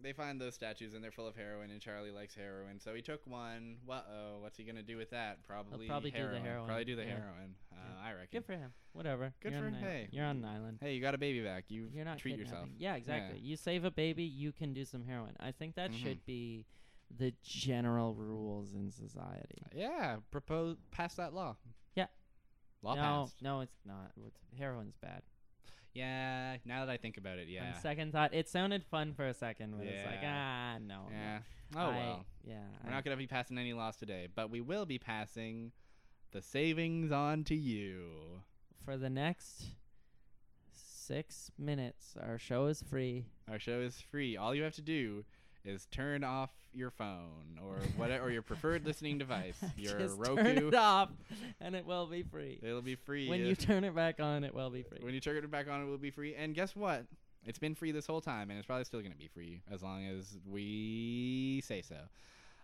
Speaker 1: they find those statues and they're full of heroin, and Charlie likes heroin, so he took one. Wha oh, what's he gonna do with that? Probably,
Speaker 2: probably do the
Speaker 1: heroin.
Speaker 2: heroin,
Speaker 1: Probably do the
Speaker 2: yeah.
Speaker 1: heroin. Uh,
Speaker 2: Yeah.
Speaker 1: I reckon.
Speaker 2: Good for him. Whatever.
Speaker 1: Good
Speaker 2: You're
Speaker 1: for
Speaker 2: on
Speaker 1: him.
Speaker 2: an
Speaker 1: Hey.
Speaker 2: island. You're on an island.
Speaker 1: hey, you got a baby back. You
Speaker 2: You're not
Speaker 1: treat yourself.
Speaker 2: kidnapping. Yeah, exactly. You save a baby, you can do some heroin. I think that
Speaker 1: Mhm.
Speaker 2: should be the general rules in society.
Speaker 1: Yeah, propose pass that law.
Speaker 2: Yeah.
Speaker 1: Law
Speaker 2: no,
Speaker 1: passed.
Speaker 2: no, it's not. It's, heroin's bad.
Speaker 1: Yeah. Now that I think about it, yeah.
Speaker 2: On second thought, it sounded fun for a second, but it's like ah
Speaker 1: Yeah.
Speaker 2: no. no.
Speaker 1: yeah. Oh
Speaker 2: I-
Speaker 1: well.
Speaker 2: Yeah.
Speaker 1: We're
Speaker 2: I-
Speaker 1: not going to be passing any laws today, but we will be passing the savings on to you.
Speaker 2: for the next six minutes, our show is free.
Speaker 1: Our show is free. All you have to do is turn off your phone or whatever or your
Speaker 2: <laughs>
Speaker 1: preferred listening device, your
Speaker 2: Just turn
Speaker 1: Roku.
Speaker 2: it off, and it will be free.
Speaker 1: It'll be free.
Speaker 2: When you
Speaker 1: If-
Speaker 2: turn it back on, it will be free.
Speaker 1: <laughs> when you turn it back on, it will be free. And guess what? It's been free this whole time, and it's probably still going to be free as long as we say so.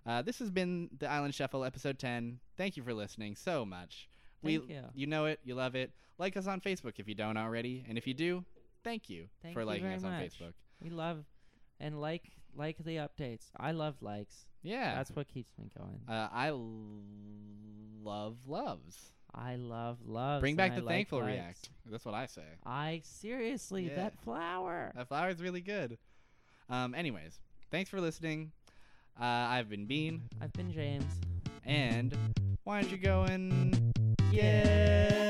Speaker 1: Uh, this has been the Island Shuffle, episode 10. Thank you for listening so much.
Speaker 2: Thank
Speaker 1: we,
Speaker 2: you.
Speaker 1: know it. You love it. Like us on Facebook if you don't already. And if you do, thank you
Speaker 2: Thank
Speaker 1: for
Speaker 2: you
Speaker 1: liking
Speaker 2: very
Speaker 1: us on
Speaker 2: much.
Speaker 1: Facebook.
Speaker 2: We love and like like the updates. I love likes.
Speaker 1: Yeah.
Speaker 2: That's what keeps me going.
Speaker 1: uh, I l- love loves.
Speaker 2: I love love.
Speaker 1: Bring back the thankful react. That's what I say.
Speaker 2: I seriously
Speaker 1: Yeah. Uh,
Speaker 2: that flower.
Speaker 1: That flower's really good. Um, anyways, thanks for listening. Uh, I've been Bean.
Speaker 2: I've been James.
Speaker 1: And why don't you go and get